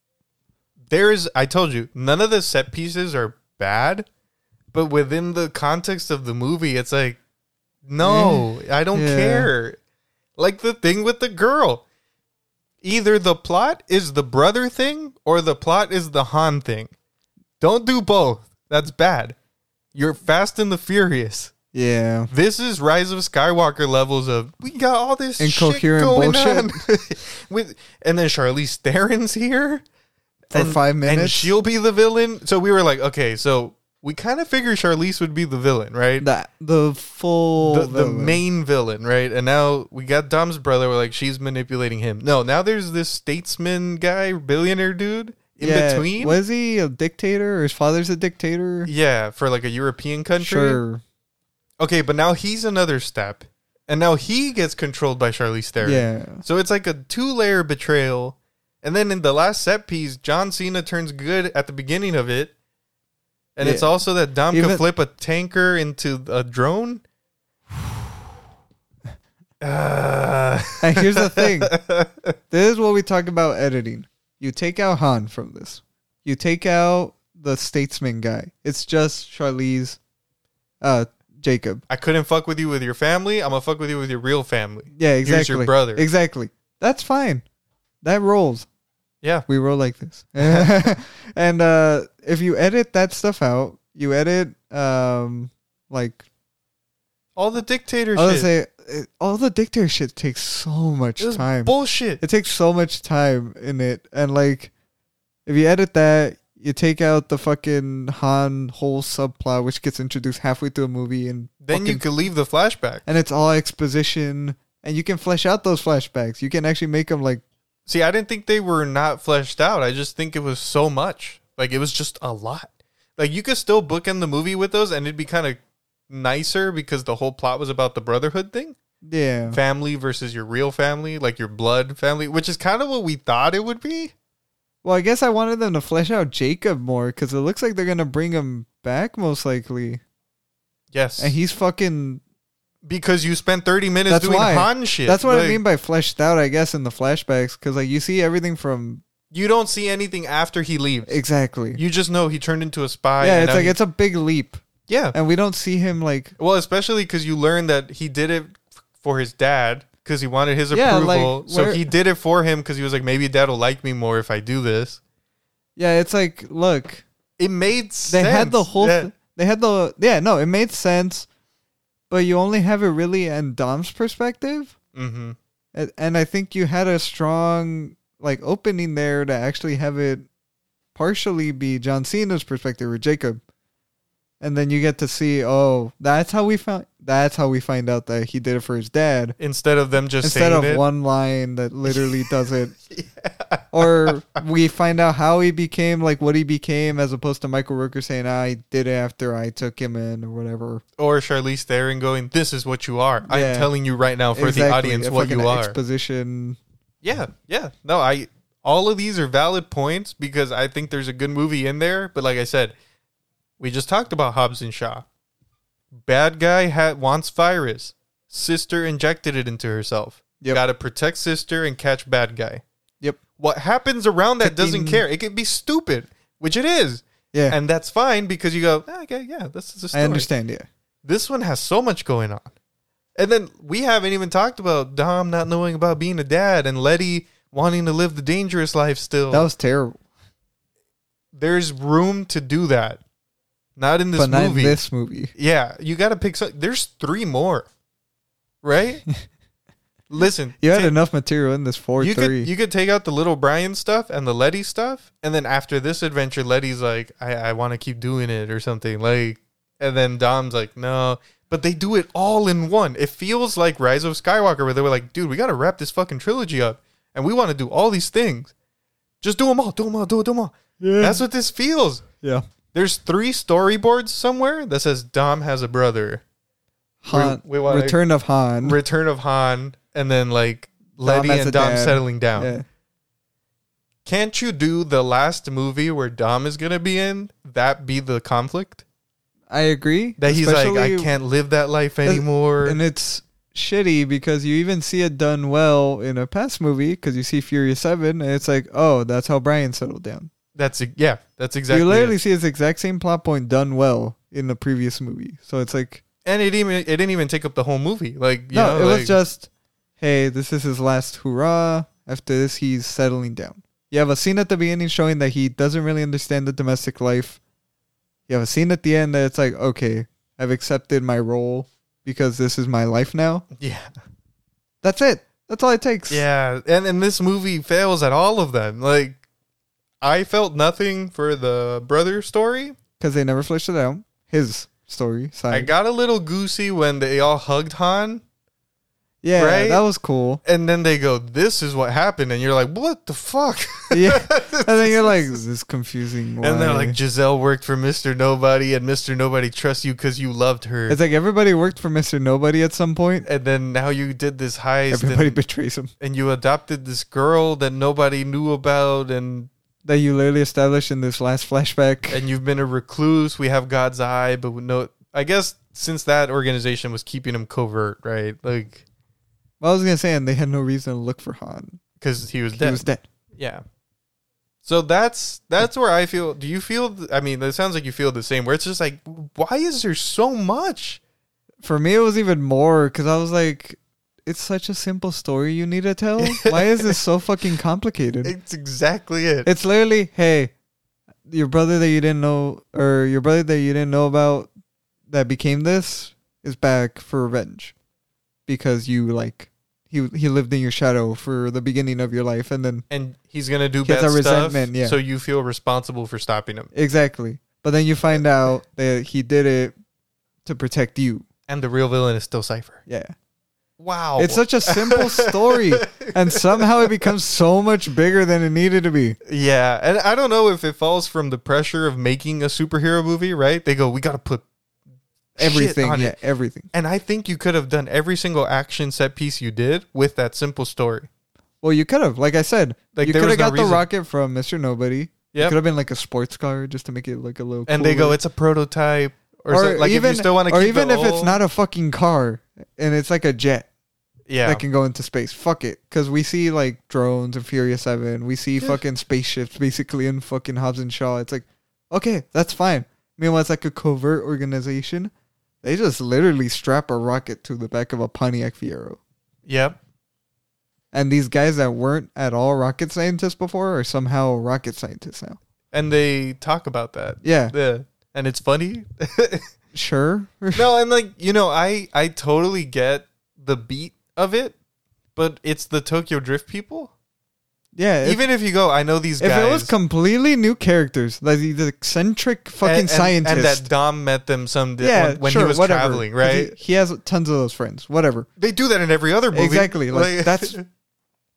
Speaker 1: there's I told you none of the set pieces are bad, but within the context of the movie, it's like no, I don't
Speaker 2: Yeah.
Speaker 1: care. Like the thing with the girl. Either the plot is the brother thing or the plot is the Han thing. Don't do both. That's bad. You're fast and the furious.
Speaker 2: Yeah,
Speaker 1: This is Rise of Skywalker levels of we got all this
Speaker 2: Incoherent
Speaker 1: shit going
Speaker 2: bullshit.
Speaker 1: on. with and then Charlize Theron's here
Speaker 2: for five
Speaker 1: and
Speaker 2: minutes.
Speaker 1: she'll be the villain. So we were like, okay, so we kind of figured Charlize would be the villain, right?
Speaker 2: the the full
Speaker 1: The, the
Speaker 2: villain.
Speaker 1: main villain, right? And now we got Dom's brother. We're like, she's manipulating him. No, now there's this statesman guy, billionaire dude in
Speaker 2: Yeah,
Speaker 1: between.
Speaker 2: Was he a dictator or his father's a dictator?
Speaker 1: Yeah, for like a European country.
Speaker 2: Sure.
Speaker 1: Okay, but now he's another step. And now he gets controlled by Charlize Theron.
Speaker 2: Yeah.
Speaker 1: So it's like a two layer betrayal. And then in the last set piece, John Cena turns good at the beginning of it. And it's
Speaker 2: Yeah.
Speaker 1: also that Dom can
Speaker 2: Even-
Speaker 1: flip a tanker into a drone. Uh,
Speaker 2: And here's the thing. this is what we talk about editing. You take out Han from this. You take out the statesman guy. It's just Charlize uh Jacob.
Speaker 1: I couldn't fuck with you with your family. I'm going to fuck with you with your real family.
Speaker 2: Yeah,
Speaker 1: Here's your
Speaker 2: exactly.
Speaker 1: brother.
Speaker 2: Exactly. That's fine. That rolls.
Speaker 1: Yeah.
Speaker 2: We roll like this. and uh if you edit that stuff out, you edit um like
Speaker 1: All the dictator
Speaker 2: I would
Speaker 1: shit.
Speaker 2: say it, all the dictator shit takes so much
Speaker 1: It was
Speaker 2: time.
Speaker 1: bullshit.
Speaker 2: it takes so much time in it, and like, if you edit that, you take out the fucking Han whole subplot, which gets introduced halfway through a movie, and
Speaker 1: Then you
Speaker 2: fucking-
Speaker 1: could leave the flashback.
Speaker 2: and it's all exposition, and you can flesh out those flashbacks. You can actually make them like,
Speaker 1: See, I didn't think they were not fleshed out. I just think it was so much. Like it was just a lot. Like you could still bookend the movie with those, and it'd be kind of nicer because the whole plot was about the brotherhood thing,
Speaker 2: yeah,
Speaker 1: family versus your real family, like your blood family, which is kind of what we thought it would be.
Speaker 2: Well, I guess I wanted them to flesh out Jacob more because it looks like they're gonna bring him back most likely,
Speaker 1: Yes,
Speaker 2: and he's fucking.
Speaker 1: because you spent thirty minutes
Speaker 2: That's
Speaker 1: doing
Speaker 2: why.
Speaker 1: Han shit.
Speaker 2: That's what I
Speaker 1: Like,
Speaker 2: mean by fleshed out, I guess, in the flashbacks, because like you see everything from
Speaker 1: You don't see anything after he leaves.
Speaker 2: exactly.
Speaker 1: You just know he turned into a spy.
Speaker 2: yeah,
Speaker 1: and
Speaker 2: it's
Speaker 1: now
Speaker 2: like
Speaker 1: he-
Speaker 2: it's a big leap.
Speaker 1: Yeah.
Speaker 2: and we don't see him like
Speaker 1: Well, especially because you learn that he did it f- for his dad because he wanted his
Speaker 2: Yeah, like,
Speaker 1: approval. so
Speaker 2: where-
Speaker 1: he did it for him because he was like, maybe dad will like me more if I do this.
Speaker 2: yeah it's like look
Speaker 1: It made
Speaker 2: they
Speaker 1: sense.
Speaker 2: had the whole
Speaker 1: that-
Speaker 2: th- they had the yeah no it made sense but you only have it really in dom's perspective
Speaker 1: Mhm.
Speaker 2: and, and i think you had a strong like opening there to actually have it partially be john cena's perspective or jacob and then you get to see oh that's how we found that's how we find out that he did it for his dad
Speaker 1: Instead of them just
Speaker 2: instead
Speaker 1: saying
Speaker 2: of
Speaker 1: it.
Speaker 2: one line that literally does it or we find out how he became like what he became as opposed to michael rooker saying i did it after i took him in or whatever
Speaker 1: or Charlize Theron going, "This is what you are."
Speaker 2: Yeah.
Speaker 1: I'm telling you right now for the audience
Speaker 2: a
Speaker 1: what
Speaker 2: fucking
Speaker 1: you are.
Speaker 2: exposition
Speaker 1: yeah, yeah. No, I. All of these are valid points because I think there's a good movie in there. But like I said, we just talked about Hobbs and Shaw. Bad guy ha- wants virus. Sister injected it into herself.
Speaker 2: Yep.
Speaker 1: Got to protect sister and catch bad guy.
Speaker 2: Yep.
Speaker 1: What happens around that doesn't
Speaker 2: Ticking.
Speaker 1: care. It could be stupid, which it is,
Speaker 2: yeah
Speaker 1: and that's fine because you go, "Ah, okay, yeah, this is a story.
Speaker 2: i understand yeah
Speaker 1: this one has so much going on. And then we haven't even talked about Dom not knowing about being a dad and Letty wanting to live the dangerous life still.
Speaker 2: that was terrible
Speaker 1: There's room to do that. Not in this
Speaker 2: but not in
Speaker 1: movie.
Speaker 2: this movie
Speaker 1: Yeah, you got to pick some. There's three more, right? Listen,
Speaker 2: you had
Speaker 1: ta-
Speaker 2: enough material in this four
Speaker 1: you
Speaker 2: three
Speaker 1: could you could take out the little Brian stuff and the Letty stuff, and then after this adventure, Letty's like, I, I want to keep doing it or something like, and then Dom's like, no, but they do it all in one. It feels like Rise of Skywalker, where they were like, dude, we got to wrap this fucking trilogy up, and we want to do all these things. Just do them all, do them all, do it, do them all.
Speaker 2: yeah
Speaker 1: That's what this feels.
Speaker 2: yeah
Speaker 1: There's three storyboards somewhere that says Dom has a brother,
Speaker 2: han
Speaker 1: we wanna-
Speaker 2: return of han
Speaker 1: Return of Han, and then like Letty
Speaker 2: as Mm. a
Speaker 1: and Dom
Speaker 2: dad.
Speaker 1: settling down.
Speaker 2: yeah.
Speaker 1: Can't you do the last movie where Dom is gonna be in? That be the conflict
Speaker 2: i agree
Speaker 1: that he's like, I
Speaker 2: Especially-
Speaker 1: can't live that life anymore.
Speaker 2: and it's shitty because you even see it done well in a past movie because you see Furious Seven and it's like, oh, that's how Brian settled down.
Speaker 1: that's e- yeah, that's exactly.
Speaker 2: You literally
Speaker 1: it.
Speaker 2: see this exact same plot point done well in the previous movie. So it's like,
Speaker 1: and it even it didn't even take up the whole movie. Like you
Speaker 2: no,
Speaker 1: know,
Speaker 2: it
Speaker 1: like-
Speaker 2: was just, hey, this is his last hurrah. After this, he's settling down. You have a scene at the beginning showing that he doesn't really understand the domestic life. You have a scene at the end that it's like, okay, I've accepted my role because this is my life now.
Speaker 1: yeah,
Speaker 2: That's it. That's all it takes.
Speaker 1: yeah. And and this movie fails at all of them. Like I felt nothing for the brother story.
Speaker 2: because they never fleshed it out. His story side.
Speaker 1: I got a little goosey when they all hugged Han,
Speaker 2: yeah,
Speaker 1: right?
Speaker 2: that was cool.
Speaker 1: and then they go, "This is what happened," and you're like, "What the fuck?"
Speaker 2: Yeah, and then you're like, this is confusing.
Speaker 1: And they're
Speaker 2: why?"
Speaker 1: like, Giselle worked for Mr. Nobody, and Mr. Nobody trusts you because you loved her.
Speaker 2: it's like everybody worked for Mister Nobody at some point.
Speaker 1: And then now you did this heist,
Speaker 2: Everybody
Speaker 1: and,
Speaker 2: betrays him.
Speaker 1: and you adopted this girl that nobody knew about, and
Speaker 2: That you literally established in this last flashback.
Speaker 1: and you've been a recluse. We have God's eye, but we no, I guess since that organization was keeping him covert, right? Like
Speaker 2: Well, I was gonna say, and they had no reason to look for Han.
Speaker 1: because he was
Speaker 2: He
Speaker 1: dead.
Speaker 2: was dead.
Speaker 1: yeah. So that's that's where I feel. Do you feel? th- I mean, it sounds like you feel the same. Where it's just like, why is there so much?
Speaker 2: For me, it was even more because I was like, it's such a simple story you need to tell. Why is this so fucking complicated?
Speaker 1: It's exactly it.
Speaker 2: It's literally, hey, your brother that you didn't know, or your brother that you didn't know about that became this is back for revenge because you like he he lived in your shadow for the beginning of your life, and then
Speaker 1: and he's gonna do
Speaker 2: He has
Speaker 1: bad
Speaker 2: a
Speaker 1: stuff.
Speaker 2: resentment, yeah.
Speaker 1: So you feel responsible for stopping him.
Speaker 2: exactly, but then you find out that he did it to protect you.
Speaker 1: And the real villain is still Cipher.
Speaker 2: Yeah,
Speaker 1: Wow,
Speaker 2: it's such a simple story, and somehow it becomes so much bigger than it needed to be.
Speaker 1: yeah. And I don't know if it falls from the pressure of making a superhero movie, right? They go, we gotta put shit
Speaker 2: Everything,
Speaker 1: on
Speaker 2: yeah,
Speaker 1: it.
Speaker 2: everything.
Speaker 1: And I think you could have done every single action set piece you did with that simple story.
Speaker 2: Well, you could have, like I said,
Speaker 1: Like,
Speaker 2: you
Speaker 1: there
Speaker 2: could
Speaker 1: was
Speaker 2: have
Speaker 1: no
Speaker 2: got the
Speaker 1: reason.
Speaker 2: rocket from Mister Nobody. It
Speaker 1: Yep.
Speaker 2: could have been like a sports car just to make it like a little.
Speaker 1: And they go,
Speaker 2: cooler.
Speaker 1: it's a prototype, or, so- like if you still want to,
Speaker 2: or
Speaker 1: keep
Speaker 2: even
Speaker 1: the
Speaker 2: if it's
Speaker 1: old-
Speaker 2: not a fucking car and it's like a jet
Speaker 1: yeah,
Speaker 2: that can go into space. Fuck it, because we see like drones in Furious Seven. We see
Speaker 1: Yeah.
Speaker 2: fucking spaceships basically in fucking Hobbs and Shaw. It's like, okay, that's fine. Meanwhile, it's like a covert organization. They just literally strap a rocket to the back of a Pontiac Fiero.
Speaker 1: Yep.
Speaker 2: And these guys that weren't at all rocket scientists before are somehow rocket scientists now.
Speaker 1: And they talk about that.
Speaker 2: Yeah,
Speaker 1: Yeah. And it's funny.
Speaker 2: sure.
Speaker 1: no, and like, you know, I I totally get the beat of it, but it's the Tokyo Drift people.
Speaker 2: yeah, if,
Speaker 1: Even if you go, I know these
Speaker 2: if
Speaker 1: guys.
Speaker 2: it was completely new characters, like these eccentric fucking
Speaker 1: and, and-
Speaker 2: scientists.
Speaker 1: And that Dom met them some di-
Speaker 2: yeah,
Speaker 1: when, when
Speaker 2: sure,
Speaker 1: he was
Speaker 2: whatever.
Speaker 1: traveling,
Speaker 2: 'Cause
Speaker 1: right?
Speaker 2: He, he has tons of those friends. Whatever.
Speaker 1: they do that in every other movie.
Speaker 2: Exactly, like, that's-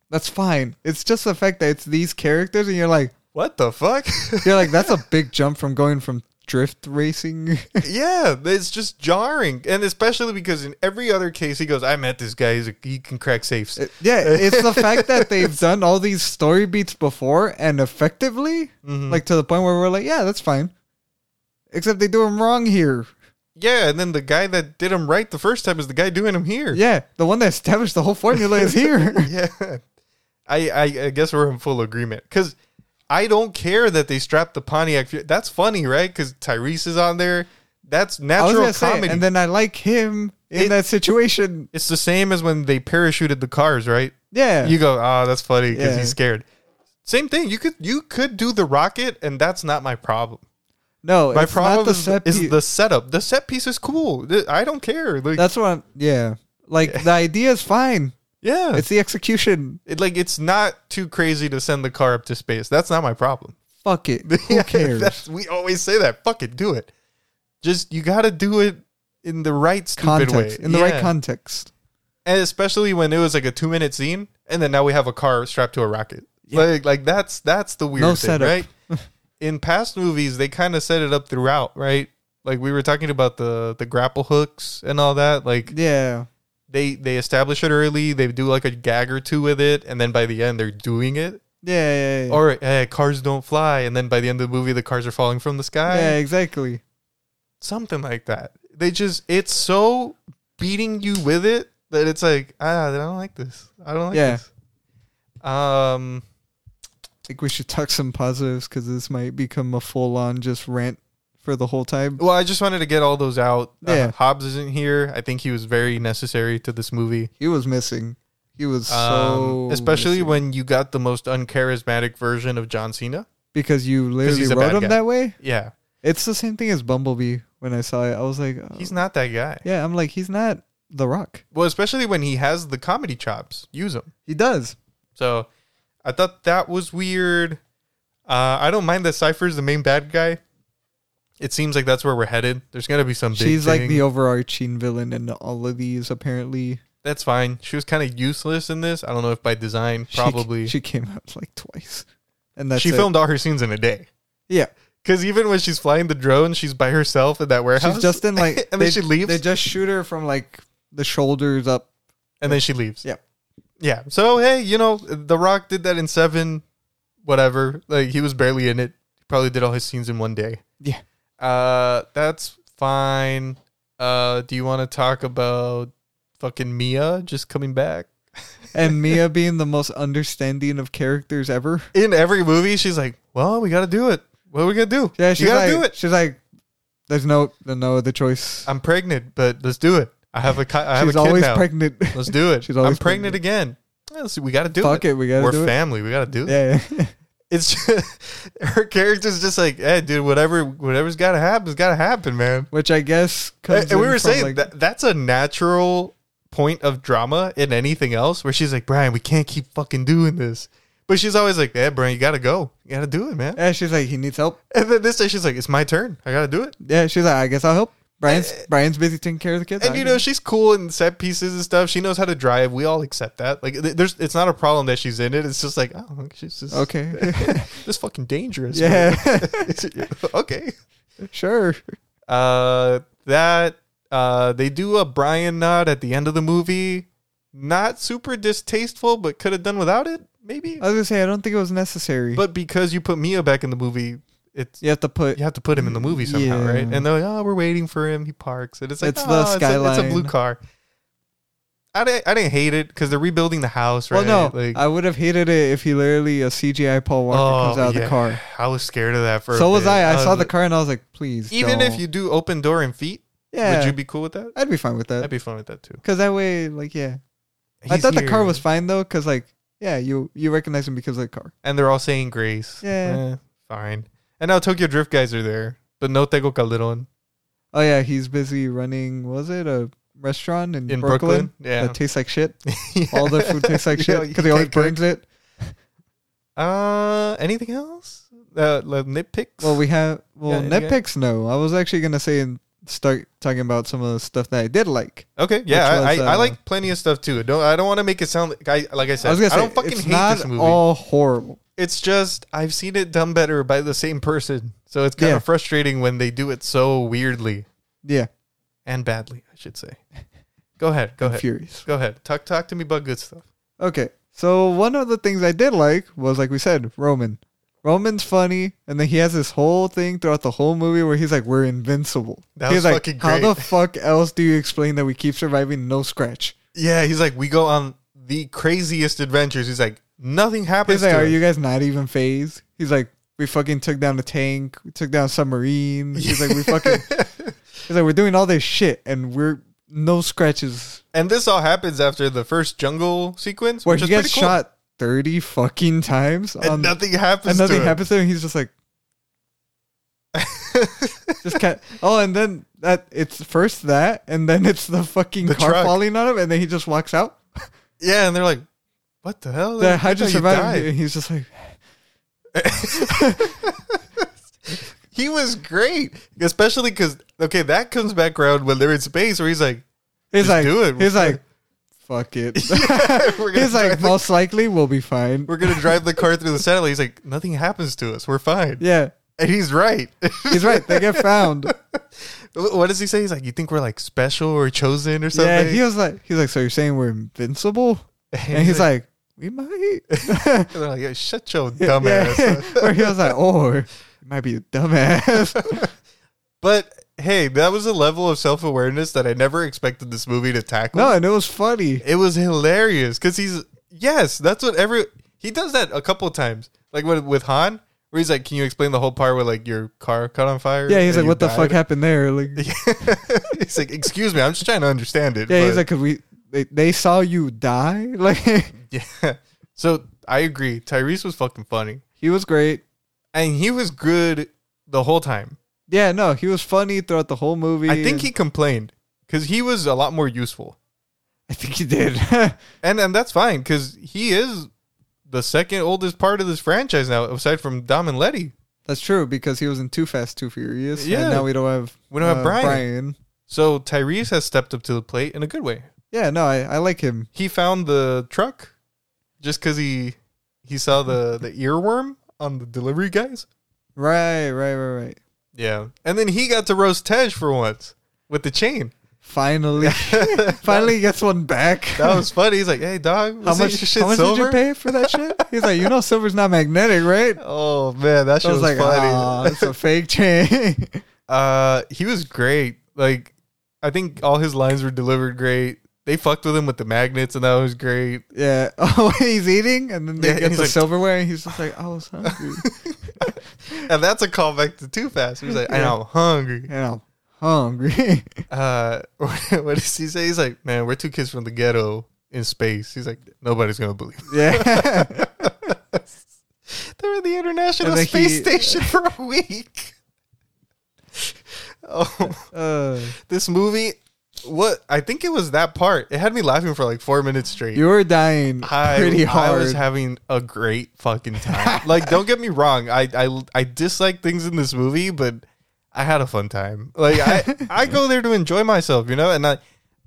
Speaker 2: That's fine. It's just the fact that it's these characters, and you're like,
Speaker 1: what the fuck?
Speaker 2: you're like, that's a big jump from going from drift racing.
Speaker 1: yeah, it's just jarring, and especially because in every other case he goes, "I met this guy. He's a, he can crack safes."
Speaker 2: yeah, it's the fact that they've done all these story beats before and effectively,
Speaker 1: Mhm.
Speaker 2: like to the point where we're like, yeah, that's fine. Except they do them wrong here.
Speaker 1: yeah, and then the guy that did him right the first time is the guy doing him here.
Speaker 2: Yeah, the one that established the whole formula is here.
Speaker 1: yeah. I, I I guess we're in full agreement because I don't care that they strapped the Pontiac. Fu- That's funny, right? Because Tyrese is on there. That's
Speaker 2: I was
Speaker 1: natural
Speaker 2: gonna say,
Speaker 1: comedy.
Speaker 2: and then I like him in
Speaker 1: It-
Speaker 2: that situation.
Speaker 1: it's the same as when they parachuted the cars, right?
Speaker 2: Yeah,
Speaker 1: You go, oh, that's funny because
Speaker 2: Yeah.
Speaker 1: he's scared. Same thing. You could you could do the rocket, and that's not my problem.
Speaker 2: no,
Speaker 1: My
Speaker 2: it's not
Speaker 1: problem
Speaker 2: the
Speaker 1: is,
Speaker 2: set
Speaker 1: is
Speaker 2: piece.
Speaker 1: the setup. The set piece is cool. Th- I don't care. Like,
Speaker 2: That's what. I'm, yeah, like the idea is fine.
Speaker 1: yeah,
Speaker 2: It's the execution.
Speaker 1: It- like it's not too crazy to send the car up to space. That's not my problem.
Speaker 2: Fuck it. Who cares?
Speaker 1: That's- we always say that. Fuck it, do it. Just you got to do it in the right stupid
Speaker 2: Context
Speaker 1: way,
Speaker 2: in the
Speaker 1: Yeah.
Speaker 2: right context.
Speaker 1: and especially when it was like a two minute scene, and then now we have a car strapped to a rocket. Like like that's that's the weird
Speaker 2: No
Speaker 1: thing,
Speaker 2: setup.
Speaker 1: right? In past movies, they kind of set it up throughout, right? Like we were talking about the the grapple hooks and all that. Like
Speaker 2: Yeah,
Speaker 1: they they establish it early, they do like a gag or two with it, and then by the end they're doing it.
Speaker 2: yeah, yeah. yeah.
Speaker 1: Or eh, cars don't fly, and then by the end of the movie the cars are falling from the sky.
Speaker 2: yeah, exactly.
Speaker 1: Something like that. They just it's so beating you with it that it's like ah, I don't like this. I don't like
Speaker 2: Yeah.
Speaker 1: this. Um,
Speaker 2: I think we should talk some positives because this might become a full on just rant for the whole time.
Speaker 1: well, I just wanted to get all those out.
Speaker 2: Yeah.
Speaker 1: Uh, Hobbs isn't here. I think he was very necessary to this movie.
Speaker 2: He was missing. He was so
Speaker 1: Um, especially
Speaker 2: missing.
Speaker 1: when you got the most uncharismatic version of John Cena.
Speaker 2: because you literally
Speaker 1: he's a
Speaker 2: wrote
Speaker 1: bad
Speaker 2: him
Speaker 1: guy.
Speaker 2: that way.
Speaker 1: Yeah,
Speaker 2: It's the same thing as Bumblebee. When I saw it, I was like, oh.
Speaker 1: he's not that guy.
Speaker 2: Yeah, I'm like, he's not The Rock.
Speaker 1: Well, especially when he has the comedy chops, use them.
Speaker 2: He does.
Speaker 1: So I thought that was weird. Uh, I don't mind that Cypher's the main bad guy. It seems like that's where we're headed. There's gonna be some. Big
Speaker 2: She's like
Speaker 1: thing.
Speaker 2: the overarching villain in all of these. Apparently,
Speaker 1: That's fine. She was kind of useless in this. I don't know if by design,
Speaker 2: She-
Speaker 1: probably. She,
Speaker 2: she, came out like twice, and that's it.
Speaker 1: filmed all her scenes in a day.
Speaker 2: Yeah,
Speaker 1: Because even when she's flying the drone, she's by herself in that warehouse.
Speaker 2: she's just in like,
Speaker 1: and then she leaves,
Speaker 2: They just shoot her from like the shoulders up.
Speaker 1: and then she leaves.
Speaker 2: Yep.
Speaker 1: Yeah. So hey, you know, The Rock did that in Seven. Whatever. Like he was barely in it. Probably did all his scenes in one day.
Speaker 2: Yeah.
Speaker 1: Uh, that's fine. Uh, do you want to talk about fucking Mia just coming back?
Speaker 2: and Mia being the most understanding of characters ever.
Speaker 1: In every movie, she's like, "Well, we got to do it. What are we gonna do?
Speaker 2: Yeah,
Speaker 1: you
Speaker 2: she's
Speaker 1: gotta
Speaker 2: like,
Speaker 1: do it.
Speaker 2: she's like, there's no, there's no other choice.
Speaker 1: I'm pregnant, but let's do it. I have a, ki- I have
Speaker 2: she's
Speaker 1: a kid
Speaker 2: always
Speaker 1: now.
Speaker 2: pregnant.
Speaker 1: Let's do it.
Speaker 2: She's always
Speaker 1: I'm pregnant, again. Let's- we got to do
Speaker 2: Fuck it, we gotta
Speaker 1: We're
Speaker 2: do it.
Speaker 1: family. We got to do it.
Speaker 2: yeah, yeah.
Speaker 1: It's just, her character's just like, hey, dude, whatever, whatever's got to happen, has got to happen, man.
Speaker 2: which I guess. Comes
Speaker 1: And, and we
Speaker 2: in
Speaker 1: were
Speaker 2: from,
Speaker 1: saying
Speaker 2: like-
Speaker 1: that that's a natural point of drama in anything else where she's like, Brian, we can't keep fucking doing this. But she's always like, yeah, Brian, you got to go. You got to do it, man.
Speaker 2: Yeah, she's like, he needs help.
Speaker 1: And then this day she's like, it's my turn. I got to do it.
Speaker 2: Yeah, she's like, I guess I'll help. Brian's Brian's busy taking care of the kids.
Speaker 1: Eh, And
Speaker 2: I
Speaker 1: you
Speaker 2: can-
Speaker 1: know she's cool in set pieces and stuff. She knows how to drive. We all accept that. Like th- there's, it's not a problem that she's in it. It's just like, oh, she's just
Speaker 2: okay,
Speaker 1: This fucking dangerous. man.
Speaker 2: yeah,
Speaker 1: okay.
Speaker 2: sure.
Speaker 1: Uh, that uh, they do a Brian nod at the end of the movie. Not super distasteful, but could have done without it, maybe.
Speaker 2: I was gonna say, I don't think it was necessary.
Speaker 1: but because you put Mia back in the movie, it's
Speaker 2: you have to put.
Speaker 1: you have to put him in the movie somehow,
Speaker 2: Yeah.
Speaker 1: right? And they're like, "Oh, we're waiting for him. He parks." And it's like,
Speaker 2: It's the
Speaker 1: "Oh, it's a- it's a
Speaker 2: skyline."
Speaker 1: blue car. I didn't, I didn't hate it because they're rebuilding the house, right?
Speaker 2: Well, no,
Speaker 1: like, Oh,
Speaker 2: I would have hated it if he literally a CGI Paul Walker comes out of
Speaker 1: yeah.
Speaker 2: the car.
Speaker 1: I was scared of that for. a
Speaker 2: So was
Speaker 1: bit.
Speaker 2: I. I saw
Speaker 1: was-
Speaker 2: the car and I was like, please.
Speaker 1: Even if
Speaker 2: don't.
Speaker 1: you do open door and feet,
Speaker 2: yeah,
Speaker 1: would you be cool with that?
Speaker 2: I'd be fine with
Speaker 1: I'd
Speaker 2: that.
Speaker 1: be fine with that too.
Speaker 2: Because that way, like, yeah, I
Speaker 1: He's
Speaker 2: thought the car
Speaker 1: here.
Speaker 2: was fine though. Because like, yeah, you you recognize him because of the car.
Speaker 1: and they're all saying grace.
Speaker 2: Yeah.
Speaker 1: Eh, fine. And now Tokyo Drift guys are there, but no Tego Calderon
Speaker 2: Oh yeah, he's busy running. Was it a restaurant in,
Speaker 1: in
Speaker 2: Brooklyn?
Speaker 1: Brooklyn. Yeah.
Speaker 2: That tastes like shit.
Speaker 1: Yeah.
Speaker 2: All the food tastes like
Speaker 1: You
Speaker 2: shit
Speaker 1: know, you
Speaker 2: because he always
Speaker 1: can't cook.
Speaker 2: burns it.
Speaker 1: Uh, anything else? Uh, like nitpicks.
Speaker 2: Well, we have well
Speaker 1: Yeah, yeah.
Speaker 2: nitpicks. No, I was actually gonna say and start talking about some of the stuff that I did like.
Speaker 1: okay, yeah,
Speaker 2: which was,
Speaker 1: I, I, I
Speaker 2: uh,
Speaker 1: like plenty of stuff too. Don't I don't want to make it sound like I like I
Speaker 2: I
Speaker 1: said. I,
Speaker 2: was gonna say
Speaker 1: don't fucking
Speaker 2: it's
Speaker 1: hate
Speaker 2: not
Speaker 1: this movie.
Speaker 2: all horrible.
Speaker 1: it's just I've seen it done better by the same person, so it's kind
Speaker 2: Yeah.
Speaker 1: of frustrating when they do it so weirdly
Speaker 2: Yeah,
Speaker 1: and badly, I should say. Go ahead, go
Speaker 2: I'm
Speaker 1: ahead,
Speaker 2: furious.
Speaker 1: go ahead. Talk talk to me about good stuff.
Speaker 2: Okay, so one of the things I did like was like we said Roman. Roman's funny, and then he has this whole thing throughout the whole movie where he's like, "We're invincible."
Speaker 1: That
Speaker 2: he's
Speaker 1: was
Speaker 2: like,
Speaker 1: fucking
Speaker 2: "How
Speaker 1: great."
Speaker 2: the fuck else do you explain that we keep surviving no scratch?"
Speaker 1: Yeah, he's like, we go on the craziest adventures. He's like, nothing happens.
Speaker 2: He's like,
Speaker 1: to
Speaker 2: "Are
Speaker 1: us."
Speaker 2: you guys not even phased?" He's like, "We fucking took down a tank, we took down a submarine." He's like, "We fucking." He's like, "We're doing all this shit, and we're no scratches."
Speaker 1: and this all happens after the first jungle sequence,
Speaker 2: Where
Speaker 1: which
Speaker 2: he
Speaker 1: is
Speaker 2: gets
Speaker 1: pretty cool.
Speaker 2: shot thirty fucking times,
Speaker 1: and
Speaker 2: on-
Speaker 1: nothing happens.
Speaker 2: and nothing
Speaker 1: to
Speaker 2: happens to him. He's just like,
Speaker 1: happens.
Speaker 2: just cat. Oh, and then that it's first that, and then it's the fucking
Speaker 1: The
Speaker 2: car
Speaker 1: truck.
Speaker 2: falling on him, and then he just walks out.
Speaker 1: yeah, and they're like, "What the hell?
Speaker 2: The
Speaker 1: I
Speaker 2: how
Speaker 1: thought
Speaker 2: just
Speaker 1: you
Speaker 2: survived,
Speaker 1: died."
Speaker 2: and he's just like,
Speaker 1: He was great, especially because okay, that comes back around when they're in space, where he's like,
Speaker 2: he's
Speaker 1: Just
Speaker 2: like,
Speaker 1: do it.
Speaker 2: he's like, fuck it.
Speaker 1: we're gonna
Speaker 2: he's like,
Speaker 1: drive the-
Speaker 2: most likely we'll be fine.
Speaker 1: "We're gonna drive the car through the satellite." He's like, "Nothing happens to us. We're fine."
Speaker 2: Yeah,
Speaker 1: And he's right.
Speaker 2: he's right. They get found.
Speaker 1: what does he say? He's like, "You think we're like special or chosen or something?"
Speaker 2: yeah, he was like, he's like, so you're saying we're invincible? And he's like, we might. yeah,
Speaker 1: And they're like, yeah, shut your dumb
Speaker 2: yeah.
Speaker 1: ass.
Speaker 2: or he was like, or it might be a dumbass.
Speaker 1: But hey, that was a level of self awareness that I never expected this movie to tackle.
Speaker 2: no, and it was funny.
Speaker 1: It was hilarious because he's yes, that's what every he does that a couple of times. Like with with Han, where he's like, Can you explain the whole part where like your car caught on fire?
Speaker 2: Yeah,
Speaker 1: and
Speaker 2: he's like,
Speaker 1: you
Speaker 2: what the fuck
Speaker 1: died?"
Speaker 2: happened there? Like,
Speaker 1: he's like, excuse me, I'm just trying to understand it.
Speaker 2: Yeah, he's
Speaker 1: but-
Speaker 2: like, 'Cause we they, they saw you die. Like
Speaker 1: Yeah. So I agree. Tyrese was fucking funny.
Speaker 2: he was great.
Speaker 1: And he was good the whole time.
Speaker 2: Yeah, no, he was funny throughout the whole movie.
Speaker 1: I think
Speaker 2: and-
Speaker 1: he complained because he was a lot more useful.
Speaker 2: I think he did.
Speaker 1: and and that's fine because he is the second oldest part of this franchise now, aside from Dom and Letty.
Speaker 2: That's true because he was in Too Fast, Too Furious.
Speaker 1: Yeah.
Speaker 2: and now we don't have uh,
Speaker 1: We don't have Brian.
Speaker 2: Brian.
Speaker 1: So Tyrese has stepped up to the plate in a good way.
Speaker 2: Yeah, no, I, I like him.
Speaker 1: He found the truck just because he he saw the the earworm on the delivery guys.
Speaker 2: Right, right, right, right.
Speaker 1: Yeah, and then he got to roast Tej for once with the chain.
Speaker 2: Finally,
Speaker 1: that
Speaker 2: finally he gets one back.
Speaker 1: was funny. He's like, "Hey, dog,
Speaker 2: how
Speaker 1: was
Speaker 2: much?
Speaker 1: that your shit
Speaker 2: how much did
Speaker 1: silver?"
Speaker 2: you pay for that shit? He's like, you know, silver's not magnetic, right?
Speaker 1: Oh man, that shit
Speaker 2: I was,
Speaker 1: was,
Speaker 2: like, ah,
Speaker 1: funny.
Speaker 2: it's a fake chain.
Speaker 1: Uh, he was great. Like, I think all his lines were delivered great. They fucked with him with the magnets, and that was great.
Speaker 2: yeah. Oh, he's eating, and then they
Speaker 1: Yeah, and
Speaker 2: get
Speaker 1: he's
Speaker 2: the
Speaker 1: like-
Speaker 2: silverware, and he's just like, I was hungry.
Speaker 1: and that's a callback to Too Fast. He's like, and
Speaker 2: Yeah.
Speaker 1: I'm hungry.
Speaker 2: and I'm hungry.
Speaker 1: Uh, what does he say? He's like, man, we're two kids from the ghetto in space. He's like, nobody's gonna believe. it."
Speaker 2: yeah.
Speaker 1: They're in the International
Speaker 2: And then
Speaker 1: Space
Speaker 2: he-
Speaker 1: Station for a week. oh,
Speaker 2: Uh,
Speaker 1: this movie. What I think it was that part. It had me laughing for like four minutes straight.
Speaker 2: you were dying
Speaker 1: I,
Speaker 2: pretty hard.
Speaker 1: I was having a great fucking time. like, don't get me wrong. I, I I dislike things in this movie, but I had a fun time. Like, I I go there to enjoy myself, you know. And I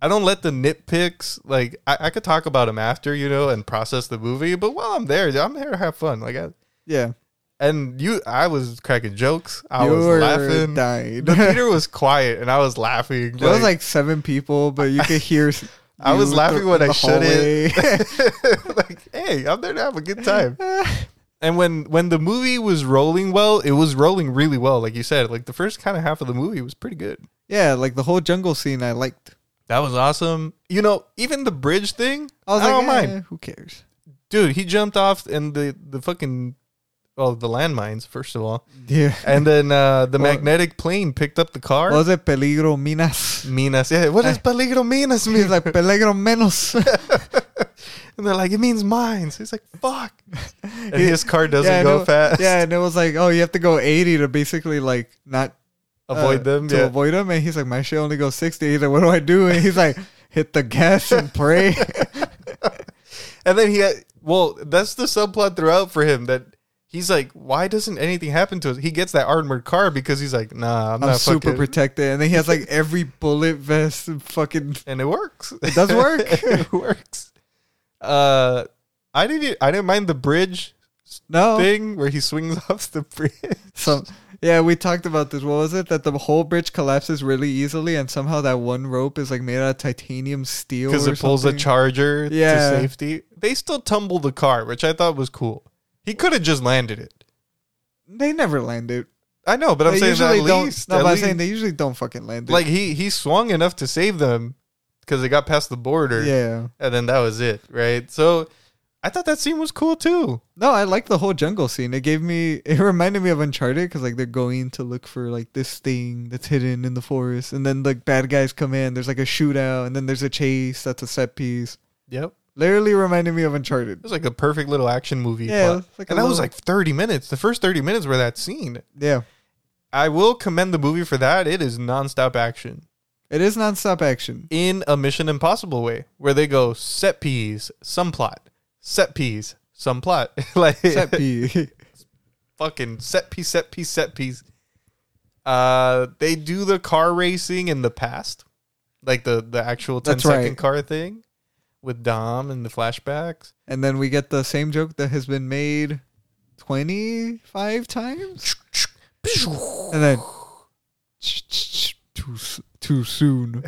Speaker 1: I don't let the nitpicks like I, I could talk about them after, you know, and process the movie. But while I'm there, I'm there to have fun. Like, I,
Speaker 2: yeah.
Speaker 1: and you, I was cracking jokes. I
Speaker 2: you
Speaker 1: was
Speaker 2: were
Speaker 1: laughing.
Speaker 2: dying.
Speaker 1: The theater was quiet, and I was laughing.
Speaker 2: there was like seven people, but you could hear. s-
Speaker 1: I was
Speaker 2: you
Speaker 1: laughing
Speaker 2: through
Speaker 1: when
Speaker 2: the
Speaker 1: I
Speaker 2: hallway.
Speaker 1: shouldn't. like, hey, I'm there to have a good time. And when when the movie was rolling well, it was rolling really well. Like you said, like the first kind of half of the movie was pretty good.
Speaker 2: yeah, like the whole jungle scene I liked.
Speaker 1: That was awesome. You know, even the bridge thing,
Speaker 2: I was
Speaker 1: I
Speaker 2: like,
Speaker 1: don't mind.
Speaker 2: eh, who cares?
Speaker 1: dude. He jumped off and the the fucking well the landmines first of all,
Speaker 2: Yeah.
Speaker 1: and then uh, the
Speaker 2: Well-
Speaker 1: magnetic plane picked up the car.
Speaker 2: What was it peligro minas?
Speaker 1: Minas, Eh. yeah. What does peligro minas mean?
Speaker 2: He's like peligro menos.
Speaker 1: and they're like, it means mines. He's like, fuck. And his car doesn't
Speaker 2: and
Speaker 1: go
Speaker 2: it-
Speaker 1: fast.
Speaker 2: Yeah, and it was like, oh, you have to go 80 to basically like not
Speaker 1: avoid
Speaker 2: uh,
Speaker 1: them.
Speaker 2: to
Speaker 1: yeah.
Speaker 2: avoid them. And he's like, my shit only goes 60. He's like, what do I do? And he's like, hit the gas and pray.
Speaker 1: And then he had, well, that's the subplot throughout for him that he's like, why doesn't anything happen to us? He gets that armored car because he's like, nah, I'm,
Speaker 2: I'm
Speaker 1: not
Speaker 2: super
Speaker 1: fucking.
Speaker 2: protected. And then he has like every bullet vest and fucking.
Speaker 1: and it works. It
Speaker 2: does work.
Speaker 1: it works. Uh, I didn't. I didn't mind the bridge
Speaker 2: No.
Speaker 1: thing where he swings off the bridge.
Speaker 2: So yeah, we talked about this. What was it? That the whole bridge collapses really easily, and somehow that one rope is like made out of titanium steel.
Speaker 1: because
Speaker 2: or
Speaker 1: it pulls
Speaker 2: something.
Speaker 1: a charger
Speaker 2: Yeah.
Speaker 1: to safety. They still tumble the car, which I thought was cool. He could have just landed it.
Speaker 2: They never land it.
Speaker 1: I know, but I'm
Speaker 2: they
Speaker 1: saying
Speaker 2: usually
Speaker 1: at
Speaker 2: don't.
Speaker 1: least,
Speaker 2: no,
Speaker 1: at
Speaker 2: but I'm
Speaker 1: least-
Speaker 2: saying they usually don't fucking land it.
Speaker 1: like he he swung enough to save them because they got past the border,
Speaker 2: yeah.
Speaker 1: and then that was it, right? So I thought that scene was cool too.
Speaker 2: No, I like the whole jungle scene. It gave me. It reminded me of Uncharted because like they're going to look for like this thing that's hidden in the forest, and then like bad guys come in. There's like a shootout, and then there's a chase. That's a set piece.
Speaker 1: Yep, it
Speaker 2: Literally reminded me of Uncharted.
Speaker 1: was like a perfect little action movie.
Speaker 2: Yeah,
Speaker 1: plot.
Speaker 2: it was like a
Speaker 1: and that was
Speaker 2: little-
Speaker 1: like thirty minutes. The first thirty minutes were that scene.
Speaker 2: Yeah.
Speaker 1: I will commend the movie for that. It is nonstop action
Speaker 2: It is nonstop action.
Speaker 1: in a Mission Impossible way, where they go set piece, some plot, set piece, some plot, like
Speaker 2: Set piece.
Speaker 1: fucking set piece, set piece, set piece. Uh, they do the car racing in the past, like the the actual ten
Speaker 2: That's
Speaker 1: second
Speaker 2: right.
Speaker 1: car thing with Dom and the flashbacks.
Speaker 2: And then we get the same joke that has been made 25 times. And then too, s- too soon.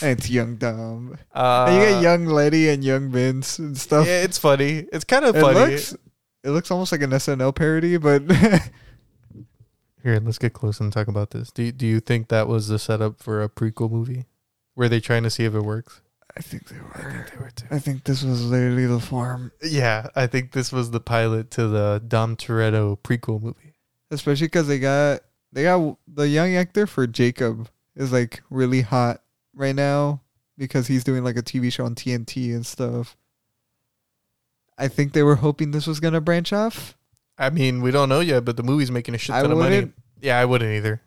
Speaker 2: and it's young Dom.
Speaker 1: Uh,
Speaker 2: and you get young Letty and young Vince and stuff.
Speaker 1: yeah, it's funny. It's kind of
Speaker 2: it
Speaker 1: funny.
Speaker 2: looks it looks almost like an SNL parody, but
Speaker 1: Here, let's get close and talk about this. Do you, do you think that was the setup for a prequel movie? Were they trying to see if it works?
Speaker 2: I think they were.
Speaker 1: They were too.
Speaker 2: I think this was literally the form,
Speaker 1: Yeah, I think this was the pilot to the Dom Toretto prequel movie.
Speaker 2: especially because they got they got the young actor for Jacob is like really hot right now because he's doing like a TV show on TNT and stuff. I think they were hoping this was gonna branch off.
Speaker 1: I mean, we don't know yet, but the movie's making a shit
Speaker 2: I
Speaker 1: ton of money.
Speaker 2: wouldn't.
Speaker 1: Yeah, I wouldn't either.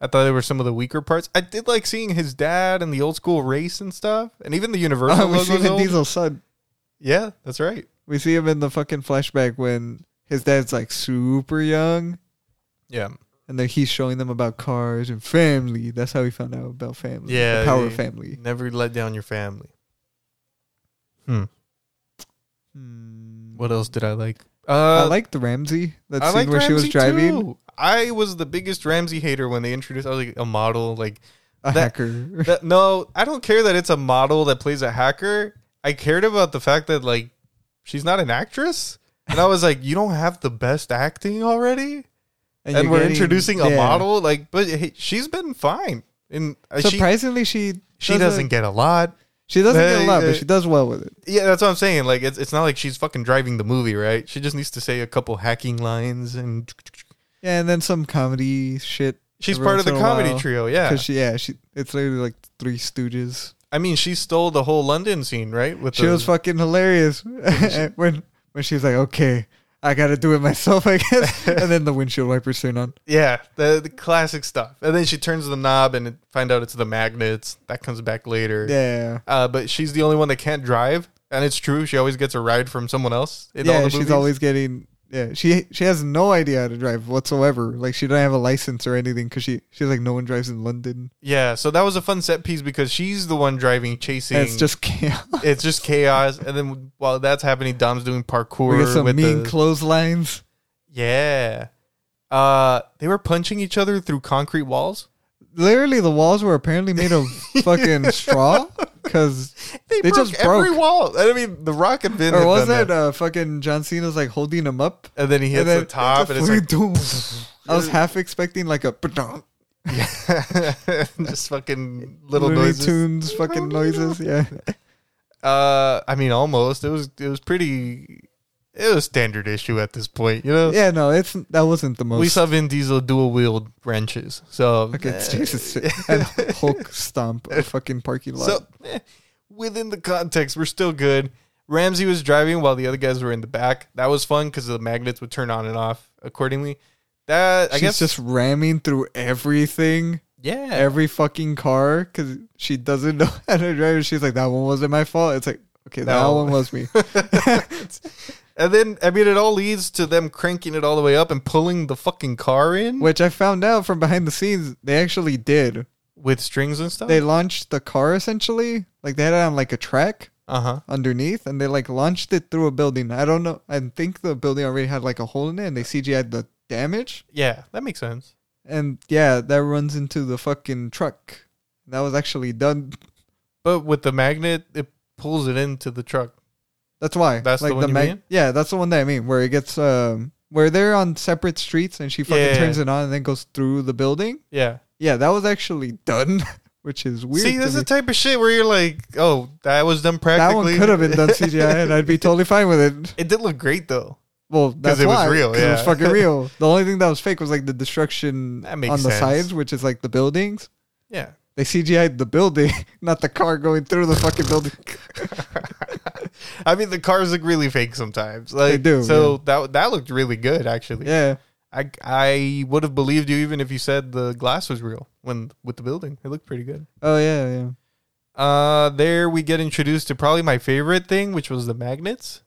Speaker 1: I thought they were some of the weaker parts. I did like seeing his dad and the old school race and stuff, and even the Universal
Speaker 2: Oh, we see
Speaker 1: logo's
Speaker 2: Vin
Speaker 1: old.
Speaker 2: Diesel's son.
Speaker 1: Yeah, that's right.
Speaker 2: We see him in the fucking flashback when his dad's like super young,
Speaker 1: Yeah,
Speaker 2: and then he's showing them about cars and family. That's how he found out about family.
Speaker 1: Yeah,
Speaker 2: the power
Speaker 1: they-
Speaker 2: family.
Speaker 1: never let down your family. What else did I like? Uh,
Speaker 2: I liked Ramsey. That
Speaker 1: Hmm. I
Speaker 2: scene
Speaker 1: liked
Speaker 2: where she was
Speaker 1: Ramsey,
Speaker 2: driving.
Speaker 1: too. I was the biggest Ramsey hater when they introduced. I was like a model, like
Speaker 2: A
Speaker 1: That-
Speaker 2: hacker.
Speaker 1: that, no, I don't care that it's a model that plays a hacker. I cared about the fact that like she's not an actress, and I was like, you don't have the best acting already, and,
Speaker 2: you're
Speaker 1: we're
Speaker 2: getting-
Speaker 1: introducing a
Speaker 2: yeah.
Speaker 1: model. Like, but hey, she's been fine, and uh, she
Speaker 2: Surprisingly, she
Speaker 1: she doesn't get a lot.
Speaker 2: she doesn't get a
Speaker 1: Hey,
Speaker 2: lot,
Speaker 1: uh,
Speaker 2: but she does well with it.
Speaker 1: Yeah, that's what I'm saying. Like, it's it's not like she's fucking driving the movie, right? She just needs to say a couple hacking lines, and
Speaker 2: Yeah, and then some comedy shit
Speaker 1: she's
Speaker 2: Every
Speaker 1: part of the
Speaker 2: once in a
Speaker 1: comedy
Speaker 2: while.
Speaker 1: trio. Yeah,
Speaker 2: because she yeah she it's literally like Three Stooges.
Speaker 1: I mean, she stole the whole London scene, right? With
Speaker 2: She
Speaker 1: the,
Speaker 2: was fucking hilarious when when she was like, okay, I gotta do it myself, I guess. and then the windshield wipers turn on.
Speaker 1: Yeah, the, the classic stuff. And then she turns the knob and it- find out it's the magnets. That comes back later.
Speaker 2: Yeah,
Speaker 1: Uh, but she's the only one that can't drive. And it's true. She always gets a ride from someone else. In all
Speaker 2: yeah,
Speaker 1: the
Speaker 2: she's
Speaker 1: movies.
Speaker 2: always getting. Yeah, she she has no idea how to drive whatsoever. Like she doesn't have a license or anything because she she's like no one drives in London.
Speaker 1: Yeah, so that was a fun set piece because she's the one driving, chasing.
Speaker 2: And it's just chaos.
Speaker 1: it's just chaos. And then while that's happening, Dom's doing parkour.
Speaker 2: We get some
Speaker 1: with
Speaker 2: mean
Speaker 1: the-
Speaker 2: clotheslines.
Speaker 1: yeah. Uh, they were punching each other through concrete walls.
Speaker 2: literally the walls were apparently made of fucking straw because
Speaker 1: They,
Speaker 2: They
Speaker 1: broke
Speaker 2: just
Speaker 1: every
Speaker 2: broke.
Speaker 1: wall. I mean, the Rock and Vin.
Speaker 2: or
Speaker 1: had
Speaker 2: was
Speaker 1: done
Speaker 2: it uh, fucking John Cena's like holding him up
Speaker 1: And then he hits
Speaker 2: then
Speaker 1: the top, and it's like
Speaker 2: I was half expecting like a
Speaker 1: just fucking little
Speaker 2: Looney
Speaker 1: noises.
Speaker 2: Tunes fucking noises. Yeah.
Speaker 1: Uh, I mean, almost. It was. It was pretty. It was standard issue at this point. You know.
Speaker 2: Yeah, no, it's that wasn't the most.
Speaker 1: We saw Vin Diesel dual wield wrenches. So
Speaker 2: Okay, it's
Speaker 1: eh,
Speaker 2: Jesus. And Hulk stomp a fucking parking lot.
Speaker 1: So eh, within the context, we're still good. Ramsey was driving while the other guys were in the back. That was fun because the magnets would turn on and off accordingly. That I
Speaker 2: She's
Speaker 1: guess
Speaker 2: just ramming through everything,
Speaker 1: yeah.
Speaker 2: every fucking car, because she doesn't know how to drive. She's like, that one wasn't my fault. It's like, okay, that
Speaker 1: No.
Speaker 2: one was me.
Speaker 1: and then I mean, it all leads to them cranking it all the way up and pulling the fucking car in
Speaker 2: Which I found out from behind the scenes, they actually did.
Speaker 1: with strings and stuff.
Speaker 2: They launched the car essentially, like they had it on like a track
Speaker 1: Uh huh.
Speaker 2: underneath, and they like launched it through a building. I don't know. I think the building already had like a hole in it, and they CGI'd the damage.
Speaker 1: Yeah, that makes sense.
Speaker 2: And yeah, that runs into the fucking truck. That was actually done.
Speaker 1: But with the magnet, it pulls it into the truck.
Speaker 2: That's why.
Speaker 1: That's the one you mean?
Speaker 2: Yeah, that's the one that I mean, where it gets um, where they're on separate streets and she fucking
Speaker 1: Yeah.
Speaker 2: turns it on and then goes through the building.
Speaker 1: Yeah.
Speaker 2: Yeah, that was actually done, which is weird.
Speaker 1: See,
Speaker 2: to
Speaker 1: that's
Speaker 2: me.
Speaker 1: the type of shit where you're like, oh, that was done
Speaker 2: that one
Speaker 1: practically.
Speaker 2: could have been done CGI, and I'd be totally fine with it.
Speaker 1: It did look great though.
Speaker 2: Well, that's
Speaker 1: it was
Speaker 2: why,
Speaker 1: real,
Speaker 2: 'cause it was
Speaker 1: yeah.
Speaker 2: fucking real. The only thing that was fake was like the destruction
Speaker 1: That makes
Speaker 2: on the
Speaker 1: sense.
Speaker 2: sides, which is like the buildings.
Speaker 1: Yeah.
Speaker 2: They CGI'd the building, not the car going through the fucking building.
Speaker 1: I mean, the cars look really fake sometimes. Like,
Speaker 2: do,
Speaker 1: So that that looked really good, actually.
Speaker 2: yeah.
Speaker 1: I I would have believed you even if you said the glass was real when with the building. It looked pretty good.
Speaker 2: Oh yeah, yeah.
Speaker 1: Uh, there we get introduced to probably my favorite thing, which was the magnets.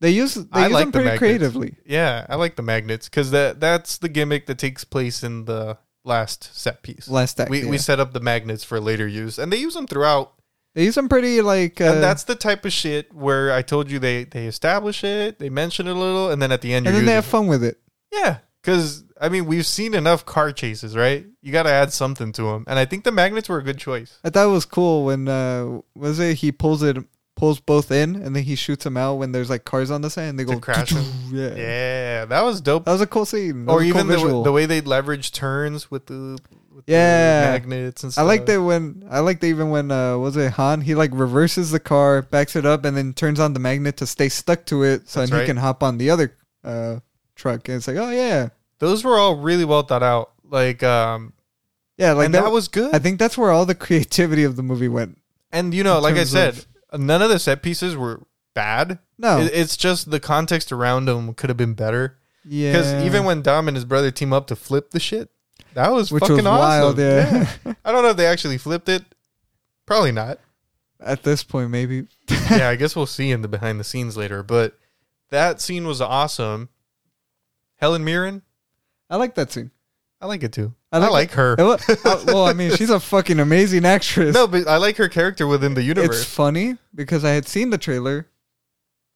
Speaker 2: They use they
Speaker 1: I
Speaker 2: use
Speaker 1: like
Speaker 2: them
Speaker 1: the
Speaker 2: pretty
Speaker 1: magnets.
Speaker 2: creatively.
Speaker 1: Yeah, I like the magnets because that that's the gimmick that takes place in the last set piece.
Speaker 2: Last act,
Speaker 1: we we
Speaker 2: yeah.
Speaker 1: set up the magnets for later use, and they use them throughout
Speaker 2: they use them pretty like. Uh,
Speaker 1: and that's the type of shit where I told you they they establish it, they mention it a little, and then at the end
Speaker 2: and
Speaker 1: you're
Speaker 2: then they
Speaker 1: using
Speaker 2: have fun with it.
Speaker 1: it. yeah. Because I mean, we've seen enough car chases, right? You got to add something to them, and I think the magnets were a good choice.
Speaker 2: I thought it was cool when uh was it he pulls it pulls both in and then he shoots them out when there's like cars on the side and they
Speaker 1: To
Speaker 2: go
Speaker 1: crash 'em.
Speaker 2: Yeah.
Speaker 1: Yeah, that was dope.
Speaker 2: that was a cool scene. That
Speaker 1: or
Speaker 2: was a cool
Speaker 1: even the, w-
Speaker 2: visual.
Speaker 1: the way they leverage turns with the with
Speaker 2: Yeah.
Speaker 1: the magnets and
Speaker 2: I
Speaker 1: stuff.
Speaker 2: like that when I like that even when uh was it Han he like reverses the car backs it up and then turns on the magnet to stay stuck to it so
Speaker 1: That's
Speaker 2: then he
Speaker 1: right.
Speaker 2: can hop on the other uh truck and it's like oh yeah
Speaker 1: Those were all really well thought out. Like, um,
Speaker 2: yeah like
Speaker 1: and that, was good.
Speaker 2: I think that's where all the creativity of the movie went.
Speaker 1: and you know,
Speaker 2: in
Speaker 1: like I
Speaker 2: terms
Speaker 1: said,
Speaker 2: of- Oh.
Speaker 1: none of the set pieces were bad.
Speaker 2: No,
Speaker 1: It- it's just the context around them could have been better.
Speaker 2: yeah,
Speaker 1: Because even when Dom and his brother team up to flip the shit, that was
Speaker 2: which
Speaker 1: fucking
Speaker 2: was
Speaker 1: awesome.
Speaker 2: wild, yeah.
Speaker 1: I don't know if they actually flipped it. Probably not.
Speaker 2: At this point, maybe.
Speaker 1: yeah, I guess we'll see in the behind the scenes later. But that scene was awesome. Helen Mirren,
Speaker 2: I like that scene.
Speaker 1: I like it too.
Speaker 2: I
Speaker 1: I
Speaker 2: like
Speaker 1: like, her.
Speaker 2: It wa- uh, well, I mean, she's a fucking amazing actress.
Speaker 1: No, but I like her character within the
Speaker 2: it's
Speaker 1: universe.
Speaker 2: funny because I had seen the trailer,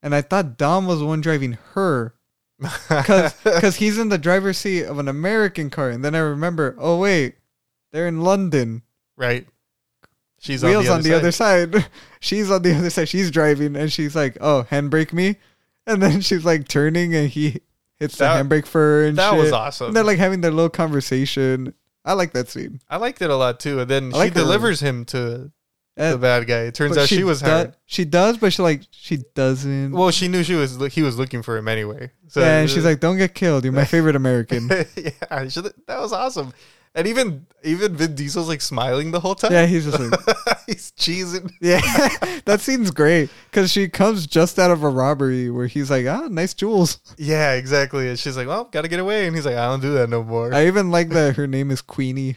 Speaker 2: and I thought Dom was the one driving her because he's in the driver's seat of an American car, and then I remember, oh wait, they're in London.
Speaker 1: right. She's
Speaker 2: Wheels
Speaker 1: on the other side.
Speaker 2: side. She's on the other side. She's driving, and she's like, oh, handbrake me, and then she's like turning, and he hits
Speaker 1: That-
Speaker 2: the handbrake for her, and
Speaker 1: That was
Speaker 2: shit.
Speaker 1: awesome.
Speaker 2: And they're like having their little conversation. I like that scene.
Speaker 1: I liked it a lot too. And then
Speaker 2: I like
Speaker 1: she
Speaker 2: her.
Speaker 1: delivers him to
Speaker 2: Uh,
Speaker 1: the bad guy. It turns
Speaker 2: But
Speaker 1: out she, was
Speaker 2: do-
Speaker 1: hired.
Speaker 2: She does, but she like she doesn't.
Speaker 1: Well, uh, she knew she was he was looking for him anyway. So
Speaker 2: yeah, and she's like, "Don't get killed. You're my favorite American."
Speaker 1: yeah, she- that was awesome. And even even Vin Diesel's like smiling the whole time.
Speaker 2: yeah, he's just like,
Speaker 1: he's cheesing.
Speaker 2: "Yeah." that scene's great because she comes just out of a robbery where he's like, "Ah, nice jewels."
Speaker 1: Yeah, exactly. And she's like, "Well, gotta get away," and he's like, "I don't do that no more."
Speaker 2: I even like that her name is Queenie.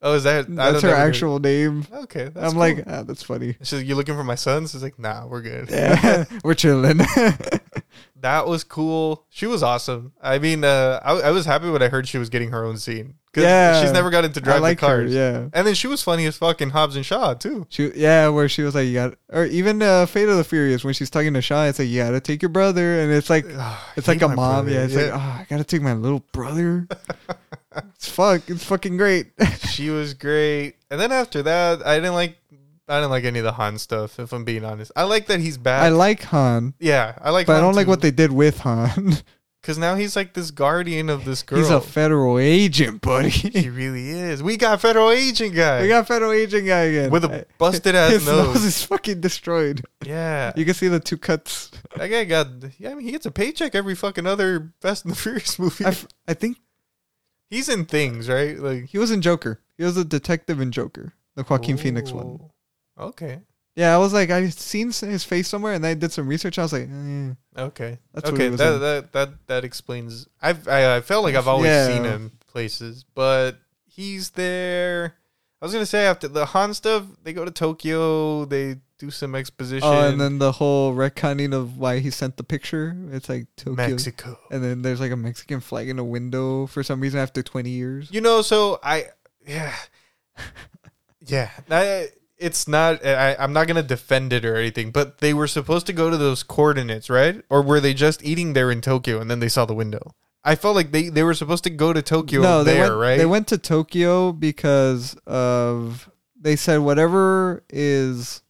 Speaker 1: oh, is that I
Speaker 2: That's
Speaker 1: don't
Speaker 2: her
Speaker 1: know.
Speaker 2: actual name.
Speaker 1: Okay, that's
Speaker 2: I'm
Speaker 1: cool.
Speaker 2: like, ah, that's funny.
Speaker 1: And she's like, "You looking for my sons?" He's like, "Nah, we're good."
Speaker 2: Yeah, we're chilling.
Speaker 1: that was cool. She was awesome. I mean, uh, I, I was happy when I heard she was getting her own scene. 'Cause
Speaker 2: Yeah.
Speaker 1: she's never gotten to
Speaker 2: I
Speaker 1: drive
Speaker 2: like
Speaker 1: the cars.
Speaker 2: her. Yeah.
Speaker 1: And then she was funny as fucking Hobbs and Shaw too.
Speaker 2: She, yeah, where she was like, you got, or even uh, Fate of the Furious when she's talking to Shaw, it's like, you gotta take your brother, and it's like,
Speaker 1: Ah,
Speaker 2: It's
Speaker 1: I
Speaker 2: like
Speaker 1: hate
Speaker 2: a
Speaker 1: my
Speaker 2: mom,
Speaker 1: brother.
Speaker 2: yeah. It's like, oh, I gotta take my little brother. it's fuck. It's fucking great.
Speaker 1: she was great. And then after that, I didn't like I didn't like any of the Han stuff, if I'm being honest. I like that he's back.
Speaker 2: I like Han,
Speaker 1: yeah, I like
Speaker 2: but I
Speaker 1: Han
Speaker 2: don't like
Speaker 1: too.
Speaker 2: what they did with Han.
Speaker 1: Because now he's like this guardian of this girl.
Speaker 2: He's a federal agent, buddy.
Speaker 1: he really is. We got federal agent guy.
Speaker 2: we got federal agent guy again
Speaker 1: With a busted ass
Speaker 2: His
Speaker 1: nose.
Speaker 2: is fucking destroyed.
Speaker 1: yeah.
Speaker 2: You can see the two cuts.
Speaker 1: That guy got. Yeah, I mean, he gets a paycheck every fucking other Fast and the Furious movie.
Speaker 2: I, f- I think
Speaker 1: He's in things, right? Like
Speaker 2: he was in Joker. He was a detective in Joker, the Joaquin Phoenix one.
Speaker 1: Ooh. Okay.
Speaker 2: Yeah, I was like, I've seen s- his face somewhere, and I did some research. I was like, eh.
Speaker 1: Okay.
Speaker 2: That's what
Speaker 1: okay.
Speaker 2: he was
Speaker 1: That,
Speaker 2: in.
Speaker 1: that that that explains. I've I, I felt like I've always
Speaker 2: Yeah.
Speaker 1: seen him places, but he's there. I was gonna say after the Han stuff, they go to Tokyo. They do some exposition.
Speaker 2: oh, and then the whole retconning of why he sent the picture. It's like Tokyo,
Speaker 1: Mexico.
Speaker 2: and then there's like a Mexican flag in a window for some reason after 20 years.
Speaker 1: You know, so I yeah yeah. I, it's not. I, I'm not gonna defend it or anything, but they were supposed to go to those coordinates, right? Or were they just eating there in Tokyo and then they saw the window? I felt like they, they were supposed to go to Tokyo
Speaker 2: they
Speaker 1: there,
Speaker 2: went,
Speaker 1: right?
Speaker 2: They went to Tokyo because of they said whatever is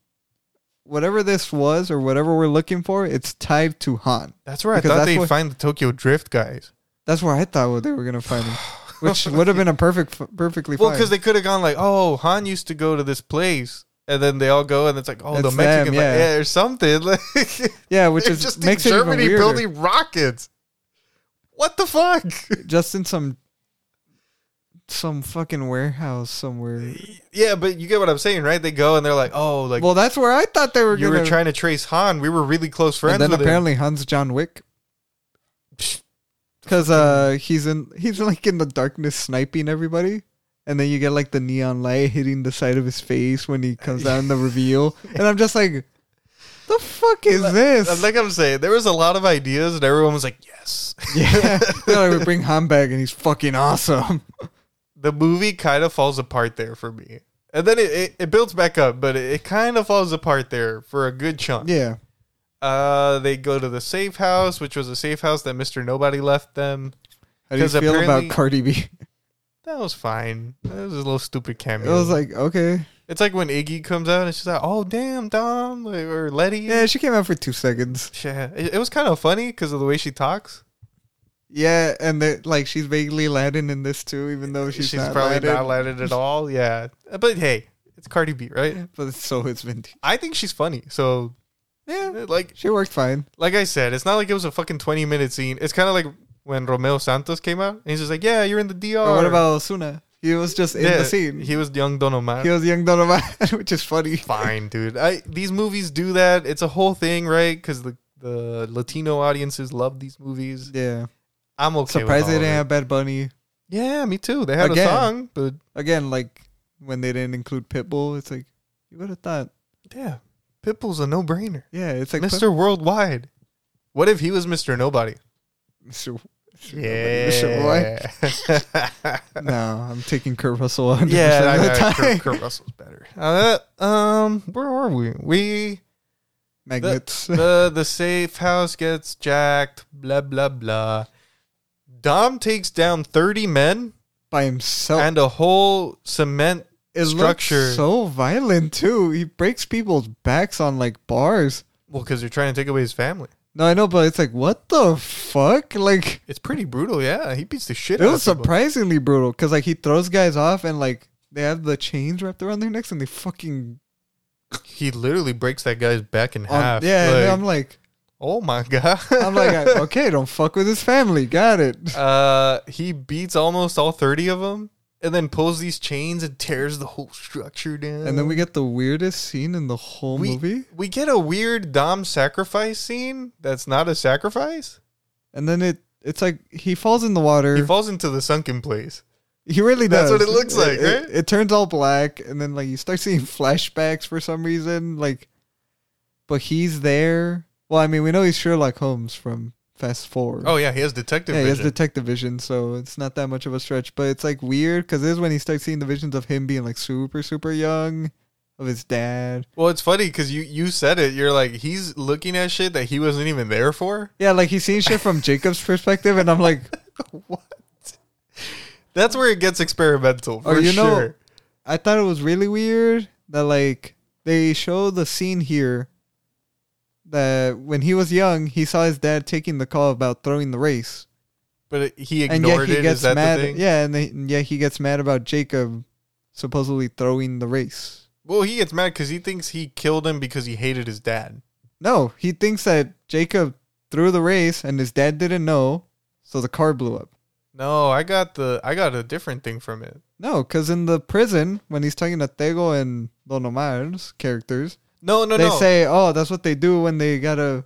Speaker 2: whatever this was or whatever we're looking for, it's tied to Han.
Speaker 1: That's where I
Speaker 2: Because
Speaker 1: thought
Speaker 2: that's
Speaker 1: they'd
Speaker 2: what-
Speaker 1: find the Tokyo Drift guys.
Speaker 2: That's where I thought what they were gonna find him, which would have been a perfect, perfectly
Speaker 1: Well,
Speaker 2: fine.
Speaker 1: because they could have gone like, oh, Han used to go to this place, and then they all go, and it's like, oh, the
Speaker 2: That's
Speaker 1: Mexican,
Speaker 2: them,
Speaker 1: yeah.
Speaker 2: yeah.
Speaker 1: or something. Like,
Speaker 2: yeah, which
Speaker 1: they're
Speaker 2: is
Speaker 1: just in
Speaker 2: makes it even
Speaker 1: Germany
Speaker 2: weirder.
Speaker 1: building rockets. What the fuck?
Speaker 2: just in some some fucking warehouse somewhere.
Speaker 1: yeah, but you get what I'm saying, right? They go and they're like, oh, like
Speaker 2: well, that's where I thought they were
Speaker 1: you
Speaker 2: gonna.
Speaker 1: were trying to trace Han. We were really close friends.
Speaker 2: and then
Speaker 1: with him.
Speaker 2: apparently Hans John Wick, because uh, he's in he's like in the darkness sniping everybody, and then you get like the neon light hitting the side of his face when he comes down in the reveal, and I'm just like, the fuck is this?
Speaker 1: Like I'm saying, there was a lot of ideas, and everyone was like, yes.
Speaker 2: yeah, Then I would bring Han back, and he's fucking awesome.
Speaker 1: the movie kind of falls apart there for me. And then it, it, it builds back up, but it, it kind of falls apart there for a good chunk.
Speaker 2: Yeah,
Speaker 1: Uh, they go to the safe house, which was a safe house that Mr. Nobody left them.
Speaker 2: how do you
Speaker 1: 'Cause
Speaker 2: feel
Speaker 1: apparently-
Speaker 2: about Cardi B?
Speaker 1: That was fine. That was a little stupid
Speaker 2: It
Speaker 1: cameo.
Speaker 2: was like okay,
Speaker 1: it's like when Iggy comes out and she's like, oh, damn, Dom, like, or Letty.
Speaker 2: yeah, she came out for two seconds.
Speaker 1: Yeah. It, it was kind of funny because of the way she talks.
Speaker 2: Yeah, and they, like she's vaguely Latin in this too, even though she's,
Speaker 1: She's,
Speaker 2: not
Speaker 1: probably
Speaker 2: Latin.
Speaker 1: not Latin at all. Yeah. But hey, it's Cardi B, right?
Speaker 2: But so it's Vin. Diesel.
Speaker 1: I think she's funny. So, eh,
Speaker 2: Yeah,
Speaker 1: like,
Speaker 2: she worked fine.
Speaker 1: like I said, it's not like it was a fucking 20 minute scene. It's kind of like when Romeo Santos came out and he's just like, yeah, you're in the DR.
Speaker 2: But what about Osuna? He was just in
Speaker 1: Yeah,
Speaker 2: the scene. He,
Speaker 1: He was young Don Omar.
Speaker 2: was young Donovan, which is funny.
Speaker 1: Fine, dude. I, these movies do that. It's a whole thing, right? Because the, the Latino audiences love these movies.
Speaker 2: Yeah.
Speaker 1: I'm okay with all of
Speaker 2: Surprised they didn't
Speaker 1: it.
Speaker 2: have Bad Bunny.
Speaker 1: Yeah, me too. They had
Speaker 2: Again.
Speaker 1: a song, but
Speaker 2: Again, like when they didn't include Pitbull, it's like you would have thought.
Speaker 1: yeah, Pitbull's a no brainer.
Speaker 2: Yeah, it's like
Speaker 1: Mr. Worldwide. What if he was Mr. Nobody?
Speaker 2: Pit- Mr. Mr.
Speaker 1: Yeah.
Speaker 2: Boy. No, I'm taking Kurt Russell on.
Speaker 1: Yeah, I,
Speaker 2: the
Speaker 1: I,
Speaker 2: time.
Speaker 1: Kurt, Kurt Russell's better. Uh, um, where are we? We
Speaker 2: Magnets.
Speaker 1: the the safe house gets jacked. Blah blah blah. Dom takes down thirty men
Speaker 2: by himself.
Speaker 1: and a whole cement
Speaker 2: it looks
Speaker 1: structure.
Speaker 2: so violent too. He breaks people's backs on like bars.
Speaker 1: well, because they're trying to take away his family.
Speaker 2: No, I know, but it's like what the fuck? Like
Speaker 1: It's pretty brutal. Yeah, he beats the shit.
Speaker 2: It
Speaker 1: out
Speaker 2: was
Speaker 1: of people.
Speaker 2: surprisingly brutal because like he throws guys off and like they have the chains wrapped around their necks and they fucking
Speaker 1: He literally breaks that guy's back in
Speaker 2: on,
Speaker 1: half.
Speaker 2: Um, yeah. and
Speaker 1: like,
Speaker 2: I'm like,
Speaker 1: oh my god.
Speaker 2: I'm like, I- okay, don't fuck with his family. Got it.
Speaker 1: Uh, he beats almost all 30 of them and then pulls these chains and tears the whole structure down.
Speaker 2: And then we get the weirdest scene in the whole
Speaker 1: We-
Speaker 2: movie,
Speaker 1: we get a weird Dom sacrifice scene that's not a sacrifice.
Speaker 2: and then it it's like he falls in the water.
Speaker 1: He
Speaker 2: He,
Speaker 1: falls into the sunken place.
Speaker 2: really
Speaker 1: That's
Speaker 2: does.
Speaker 1: what it looks like,
Speaker 2: It,
Speaker 1: right?
Speaker 2: it turns all black, and then like you start seeing flashbacks for some reason. Like, but he's there. Well, I mean, we know he's Sherlock Holmes from Fast Forward.
Speaker 1: Oh, yeah, he has detective
Speaker 2: yeah, he
Speaker 1: vision.
Speaker 2: has detective vision, so it's not that much of a stretch. But it's like weird because this is when he starts seeing the visions of him being like super, super young, of his dad.
Speaker 1: well, it's funny because you, you said it. You're like, he's looking at shit that he wasn't even there for.
Speaker 2: Yeah, like he's seeing shit from Jacob's perspective, and I'm like,
Speaker 1: What? That's where it gets experimental for
Speaker 2: Oh, you know-
Speaker 1: sure.
Speaker 2: I thought it was really weird that like they show the scene here that when he was young, he saw his dad taking the call about throwing the race,
Speaker 1: But it- he
Speaker 2: and yet
Speaker 1: ignored
Speaker 2: he
Speaker 1: it. Is
Speaker 2: gets
Speaker 1: that
Speaker 2: mad.
Speaker 1: the thing?
Speaker 2: Yeah, and, they, and yet he gets mad about Jacob supposedly throwing the race.
Speaker 1: Well, he gets mad because he thinks he killed him because he hated his dad.
Speaker 2: No, he thinks that Jacob threw the race and his dad didn't know, so the car blew up.
Speaker 1: No, I got the I got a different thing from it.
Speaker 2: No, because in the prison, when he's talking to Tego and Don Omar's characters,
Speaker 1: No, no,
Speaker 2: they
Speaker 1: no.
Speaker 2: say, "Oh, that's what they do when they gotta,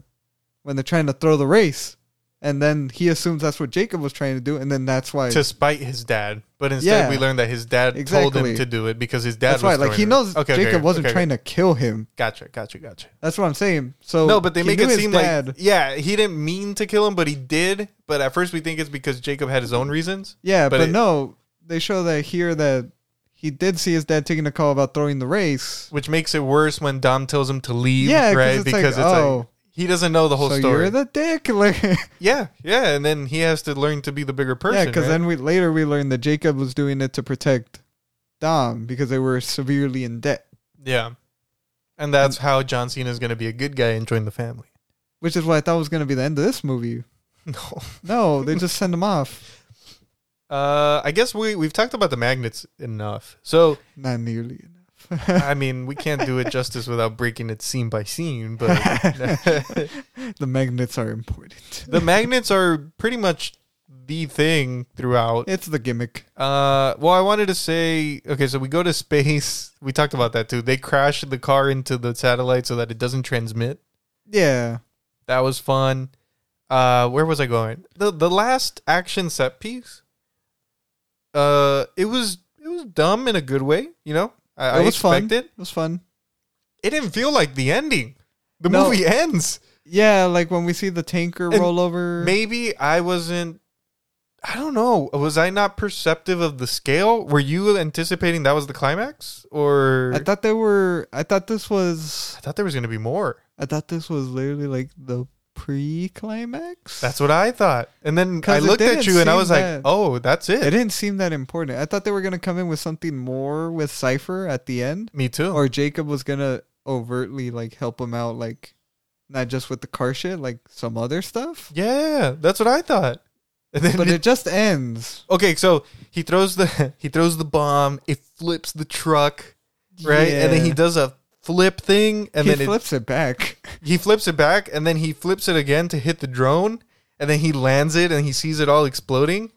Speaker 2: when they're trying to throw the race," and then he assumes that's what Jacob was trying to do, and then that's why
Speaker 1: to spite his dad, but instead
Speaker 2: Yeah.
Speaker 1: we learned that his dad told
Speaker 2: Exactly.
Speaker 1: him to do it because his dad. was
Speaker 2: that's why, like
Speaker 1: throwing
Speaker 2: he
Speaker 1: it.
Speaker 2: knows
Speaker 1: Okay, okay,
Speaker 2: Jacob wasn't
Speaker 1: okay,
Speaker 2: trying to kill him.
Speaker 1: Gotcha, gotcha, gotcha.
Speaker 2: That's what I'm saying. So
Speaker 1: No, but they
Speaker 2: he
Speaker 1: make
Speaker 2: knew
Speaker 1: it
Speaker 2: his
Speaker 1: seem like yeah, he didn't mean to kill him, but he did. But at first we think it's because Jacob had his own reasons.
Speaker 2: yeah,
Speaker 1: but
Speaker 2: but,
Speaker 1: it-
Speaker 2: no, they show that here that he did see his dad taking a call about throwing the race.
Speaker 1: which makes it worse when Dom tells him to leave,
Speaker 2: Yeah, 'cause
Speaker 1: right?
Speaker 2: it's like,
Speaker 1: because it's like
Speaker 2: oh.
Speaker 1: he doesn't know the whole
Speaker 2: so
Speaker 1: story.
Speaker 2: you're the dick, like yeah,
Speaker 1: yeah, yeah, and then he has to learn to be the bigger person.
Speaker 2: because
Speaker 1: right?
Speaker 2: then we later we learned that Jacob was doing it to protect Dom because they were severely in debt.
Speaker 1: yeah, and that's how John Cena is going to be a good guy and join the family.
Speaker 2: which is what I thought was going to be the end of this movie.
Speaker 1: No,
Speaker 2: No, they just send him off.
Speaker 1: uh, I guess we we've talked about the magnets enough, so
Speaker 2: Not nearly enough.
Speaker 1: I mean we can't do it justice without breaking it scene by scene, but.
Speaker 2: the magnets are important.
Speaker 1: the magnets are pretty much the thing throughout.
Speaker 2: It's the gimmick.
Speaker 1: Uh, well, I wanted to say, okay, so we go to space. We talked about that too. They crashed the car into the satellite so that it doesn't transmit.
Speaker 2: Yeah.
Speaker 1: That was fun. Uh, where was I going? The the last action set piece. Uh, it was it was dumb in a good way. You know, I,
Speaker 2: It was
Speaker 1: I
Speaker 2: fun.
Speaker 1: expected.
Speaker 2: It was fun.
Speaker 1: It didn't feel like the ending. The
Speaker 2: No.
Speaker 1: movie ends.
Speaker 2: Yeah, like when we see the tanker
Speaker 1: And
Speaker 2: roll over.
Speaker 1: Maybe I wasn't. I don't know. Was I not perceptive of the scale? Were you anticipating that was the climax, or
Speaker 2: I thought they were. I thought this was.
Speaker 1: I thought there was going to be more.
Speaker 2: I thought this was literally like the pre-climax.
Speaker 1: That's what I thought. And then I
Speaker 2: 'Cause it
Speaker 1: looked at
Speaker 2: didn't
Speaker 1: you and I
Speaker 2: seem
Speaker 1: was like,
Speaker 2: that-
Speaker 1: "Oh, that's it."
Speaker 2: It didn't seem that important. I thought they were gonna come in with something more with Cipher at the end.
Speaker 1: Me too.
Speaker 2: or Jacob was gonna overtly like help him out, like not just with the car shit, like some other stuff.
Speaker 1: yeah, that's what I thought. And then
Speaker 2: But it just ends,
Speaker 1: okay, so he throws the he throws the bomb. It flips the truck, right? And then he
Speaker 2: Yeah.
Speaker 1: does a flip thing, and
Speaker 2: he
Speaker 1: then it,
Speaker 2: flips it back.
Speaker 1: he flips it back and then he flips it again to hit the drone and then he lands it and he sees it all exploding.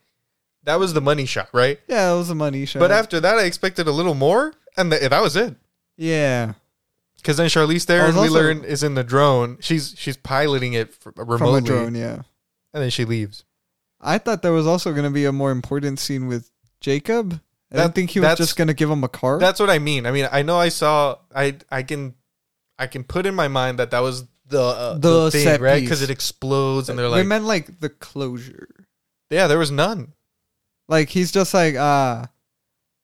Speaker 1: That was the money shot, right?
Speaker 2: yeah, it was a money shot.
Speaker 1: But after that, I expected a little more, and th- that was it.
Speaker 2: yeah,
Speaker 1: Because then Charlize
Speaker 2: I was
Speaker 1: Theron, we
Speaker 2: also-
Speaker 1: learn, is in the drone. She's she's piloting it fr- remotely,
Speaker 2: from a drone, yeah.
Speaker 1: and then she leaves.
Speaker 2: I thought there was also gonna be a more important scene with Jacob. I
Speaker 1: That-
Speaker 2: didn't think he was
Speaker 1: that's-
Speaker 2: just gonna give him a car.
Speaker 1: That's what I mean. I mean, I know I saw. I I can I can put in my mind that that was the uh, the,
Speaker 2: The
Speaker 1: thing,
Speaker 2: set
Speaker 1: right?
Speaker 2: piece. Uh,
Speaker 1: Because it explodes, and they're like,
Speaker 2: we meant like the closure.
Speaker 1: yeah, there was none.
Speaker 2: Like he's just like ah,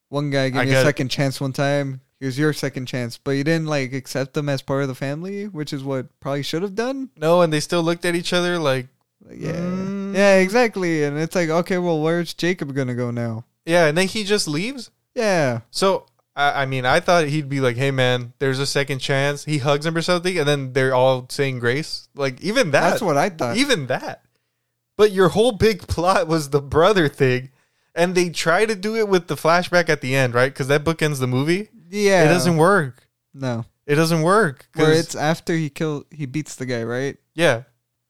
Speaker 2: one guy gave
Speaker 1: I
Speaker 2: me a
Speaker 1: got-
Speaker 2: second chance one time. Here's your second chance, but you didn't like accept them as part of the family, which is what probably should have done.
Speaker 1: No, and they still looked at each other like,
Speaker 2: Like, yeah.
Speaker 1: Mm.
Speaker 2: Yeah, exactly. And it's like, okay, well, where's Jacob gonna go now?
Speaker 1: yeah, and then he just leaves.
Speaker 2: Yeah.
Speaker 1: So I, I mean, I thought he'd be like, "Hey, man, there's a second chance." He hugs him or something, and then they're all saying grace. Like even that,
Speaker 2: That's what I thought.
Speaker 1: even that. But your whole big plot was the brother thing, and they try to do it with the flashback at the end, right? Because that book ends the movie.
Speaker 2: yeah.
Speaker 1: It doesn't work.
Speaker 2: No.
Speaker 1: It doesn't work. 'cause-
Speaker 2: Where it's after he kill he beats the guy, right?
Speaker 1: yeah,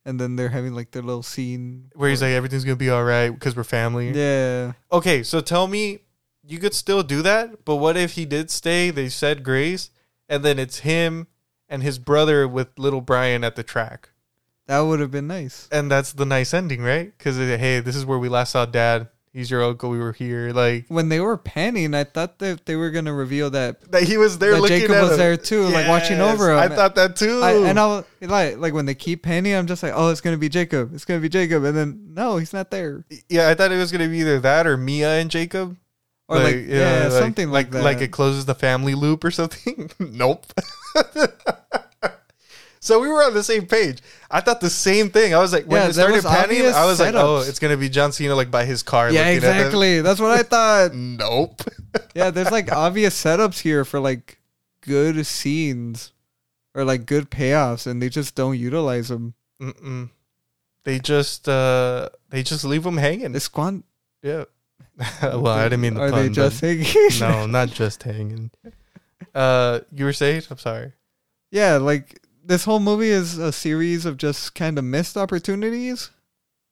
Speaker 2: And then they're having like their little scene
Speaker 1: where he's like, "Everything's gonna be all right because we're family."
Speaker 2: Yeah.
Speaker 1: Okay, so tell me, you could still do that, but what if he did stay? They said grace, and then it's him and his brother with little Brian at the track,
Speaker 2: That would have been nice.
Speaker 1: and that's the nice ending, right? Because hey, this is where we last saw Dad. He's your uncle. We were here, like
Speaker 2: When they were panning, I thought that they were gonna reveal that
Speaker 1: that. He was there.
Speaker 2: That
Speaker 1: looking
Speaker 2: Jacob
Speaker 1: at
Speaker 2: was
Speaker 1: him.
Speaker 2: there too, like, watching over him.
Speaker 1: I thought that too.
Speaker 2: I, and I was like, like when they keep panning, I'm just like, oh, it's gonna be Jacob, it's gonna be Jacob, and then no, he's not there,
Speaker 1: yeah, I thought it was gonna be either that or Mia and Jacob.
Speaker 2: or like, yeah,
Speaker 1: like-
Speaker 2: something like, that.
Speaker 1: Like it closes the family loop or something. nope. so we were on the same page. I thought the same thing. I was like, when
Speaker 2: Yeah,
Speaker 1: it
Speaker 2: there
Speaker 1: started
Speaker 2: was
Speaker 1: panning,
Speaker 2: obvious
Speaker 1: I was like, oh,
Speaker 2: setups.
Speaker 1: it's gonna be John Cena like by his car.
Speaker 2: yeah,
Speaker 1: looking at them.
Speaker 2: exactly. That's what I thought.
Speaker 1: Nope.
Speaker 2: Yeah, there's like obvious setups here for like good scenes, or like good payoffs, and they just don't utilize them.
Speaker 1: Mm-mm. They just uh they just leave them hanging.
Speaker 2: They squand.
Speaker 1: yeah. Uh, well, I didn't mean the
Speaker 2: Are
Speaker 1: pun.
Speaker 2: they
Speaker 1: but-
Speaker 2: just hanging?
Speaker 1: no, not just hanging. Uh, you were saying? I'm sorry.
Speaker 2: Yeah, like this whole movie is a series of just kind of missed opportunities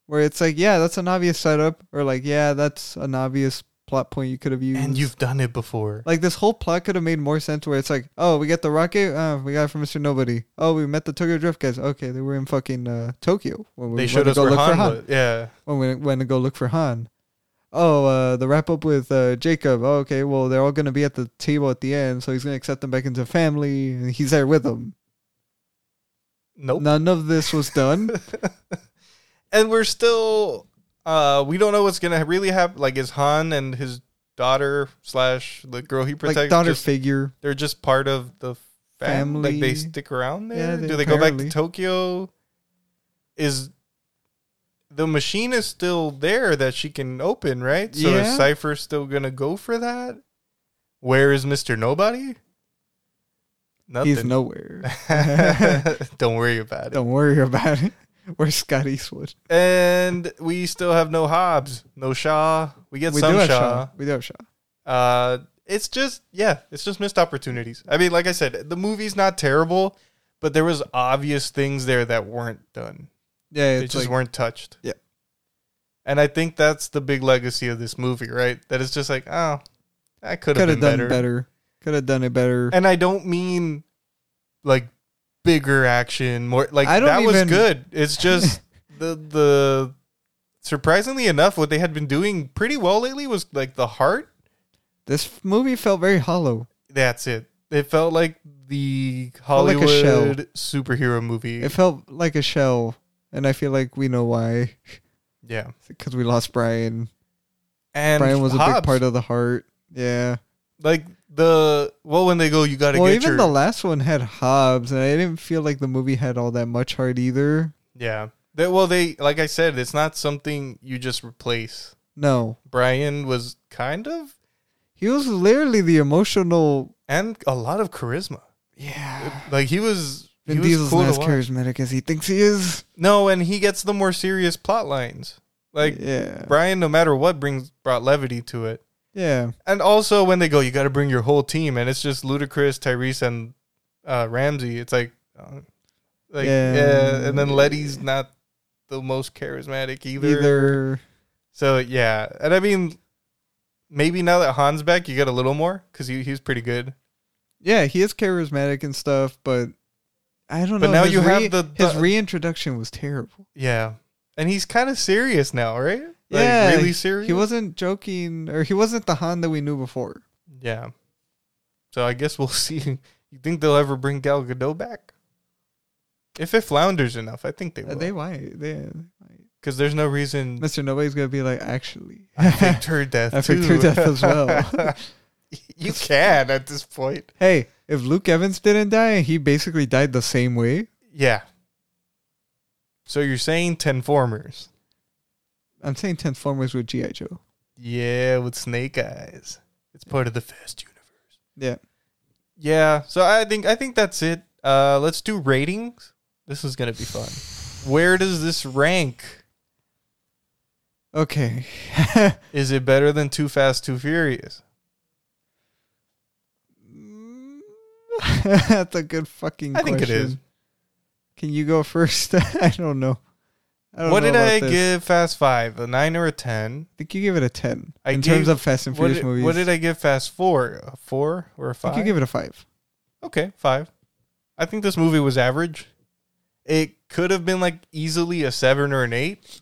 Speaker 2: where it's like, yeah, that's an obvious setup, or like, yeah, that's an obvious plot point you could have used.
Speaker 1: And you've done it before.
Speaker 2: like this whole plot could have made more sense where it's like, oh, we get the rocket, uh, we got it from Mr. Nobody. Oh, we met the Tokyo Drift guys. Okay, they were in fucking uh, Tokyo when we
Speaker 1: they
Speaker 2: went
Speaker 1: showed
Speaker 2: to
Speaker 1: us where Han,
Speaker 2: for
Speaker 1: was. Yeah.
Speaker 2: When we went to go look for Han. Oh, uh, the wrap up with uh, Jacob. Oh, okay, well they're all gonna be at the table at the end, so he's gonna accept them back into family, and he's there with them.
Speaker 1: Nope.
Speaker 2: None of this was done.
Speaker 1: and we're still. Uh, we don't know what's gonna really happen. Like, is Han and his daughter slash the girl he protects?
Speaker 2: like daughter
Speaker 1: just-
Speaker 2: figure.
Speaker 1: they're just part of the family. Like, they
Speaker 2: Family.
Speaker 1: stick around there.
Speaker 2: Yeah, they-
Speaker 1: Do they go back to
Speaker 2: apparently.
Speaker 1: Tokyo? Is the machine is still there that she can open, right? So is
Speaker 2: Yeah.
Speaker 1: Cipher still gonna go for that? Where is Mister Nobody? Nothing.
Speaker 2: He's nowhere.
Speaker 1: Don't worry about it.
Speaker 2: Don't worry about it. We're Scott Eastwood.
Speaker 1: And we still have no Hobbs, no Shaw. We get
Speaker 2: we
Speaker 1: some
Speaker 2: do have
Speaker 1: Shaw.
Speaker 2: Shaw. We do have Shaw.
Speaker 1: Uh, it's just yeah, it's just missed opportunities. I mean, like I said, the movie's not terrible, but there was obvious things there that weren't done.
Speaker 2: Yeah,
Speaker 1: They
Speaker 2: it's
Speaker 1: just
Speaker 2: like,
Speaker 1: weren't touched.
Speaker 2: Yeah.
Speaker 1: And I think that's the big legacy of this movie, right? That it's just like, oh, I could have
Speaker 2: could
Speaker 1: been
Speaker 2: have done
Speaker 1: better.
Speaker 2: better. Could have done it better.
Speaker 1: And I don't mean like bigger action, more like
Speaker 2: I don't
Speaker 1: that was
Speaker 2: even-
Speaker 1: good. It's just the the surprisingly enough, what they had been doing pretty well lately was like the heart
Speaker 2: This f- movie felt very hollow.
Speaker 1: That's it. It felt like the
Speaker 2: Felt like
Speaker 1: Hollywood
Speaker 2: a shell.
Speaker 1: superhero movie.
Speaker 2: It felt like a shell, and I feel like we know why
Speaker 1: yeah,
Speaker 2: because we lost Brian.
Speaker 1: and
Speaker 2: Brian was a
Speaker 1: Hobbs,
Speaker 2: big part of the heart. Yeah.
Speaker 1: like the well when they go, you got to
Speaker 2: Well,
Speaker 1: get
Speaker 2: even
Speaker 1: your
Speaker 2: the last one had Hobbs, and I didn't feel like the movie had all that much heart either.
Speaker 1: yeah. They, well, they like I said, it's not something you just replace.
Speaker 2: No,
Speaker 1: Brian was kind of
Speaker 2: he was literally the emotional.
Speaker 1: and a lot of charisma.
Speaker 2: Yeah.
Speaker 1: Like he was, he
Speaker 2: Vin
Speaker 1: was
Speaker 2: Diesel's
Speaker 1: cool
Speaker 2: not
Speaker 1: to
Speaker 2: as
Speaker 1: watch.
Speaker 2: charismatic as he thinks he is.
Speaker 1: No, and he gets the more serious plot lines. Like
Speaker 2: yeah,
Speaker 1: Brian, no matter what, brings brought levity to it.
Speaker 2: yeah,
Speaker 1: And also when they go, you got to bring your whole team, and it's just Ludacris, Tyrese, and uh, Ramsey. It's like, uh, like yeah.
Speaker 2: Yeah.
Speaker 1: and then Letty's not the most charismatic either.
Speaker 2: either.
Speaker 1: So yeah, and I mean, maybe now that Han's back, you get a little more because he he's pretty good.
Speaker 2: Yeah, he is charismatic and stuff, but I don't
Speaker 1: But
Speaker 2: know.
Speaker 1: now
Speaker 2: his
Speaker 1: you have the-
Speaker 2: his
Speaker 1: the-
Speaker 2: reintroduction was terrible.
Speaker 1: Yeah, and he's kind of serious now, right? Like,
Speaker 2: yeah,
Speaker 1: really
Speaker 2: he-
Speaker 1: serious.
Speaker 2: He wasn't joking, or he wasn't the Han that we knew before.
Speaker 1: Yeah. So I guess we'll see. You think they'll ever bring Gal Gadot back? If it flounders enough, I think they
Speaker 2: Uh, They
Speaker 1: will.
Speaker 2: might, they, might.
Speaker 1: Because there's no reason
Speaker 2: Mr. Nobody's gonna be like, actually,
Speaker 1: I faked her death.
Speaker 2: I faked
Speaker 1: too.
Speaker 2: her death as well.
Speaker 1: you can at this point.
Speaker 2: hey, if Luke Evans didn't die, and he basically died the same way.
Speaker 1: Yeah. So you're saying Tenformers?
Speaker 2: I'm saying Transformers with GI Joe.
Speaker 1: Yeah, with Snake Eyes. It's part of the Fast universe.
Speaker 2: Yeah,
Speaker 1: Yeah. So I think I think that's it. Uh, let's do ratings. This is gonna be fun. Where does this rank?
Speaker 2: okay.
Speaker 1: Is it better than Too Fast, Too Furious?
Speaker 2: Mm, That's a good fucking.
Speaker 1: I think it
Speaker 2: question.
Speaker 1: is.
Speaker 2: Can you go first? I don't know. I don't
Speaker 1: What
Speaker 2: know
Speaker 1: did
Speaker 2: about
Speaker 1: I
Speaker 2: this.
Speaker 1: give Fast Five? A nine or a ten?
Speaker 2: I think you give it a ten
Speaker 1: I
Speaker 2: in
Speaker 1: gave-
Speaker 2: terms of Fast and
Speaker 1: What
Speaker 2: Furious
Speaker 1: did,
Speaker 2: movies.
Speaker 1: what did I give Fast Four? A four or a
Speaker 2: I
Speaker 1: five?
Speaker 2: think you give it a five.
Speaker 1: Okay, five. I think this movie was average. It could have been like easily a seven or an eight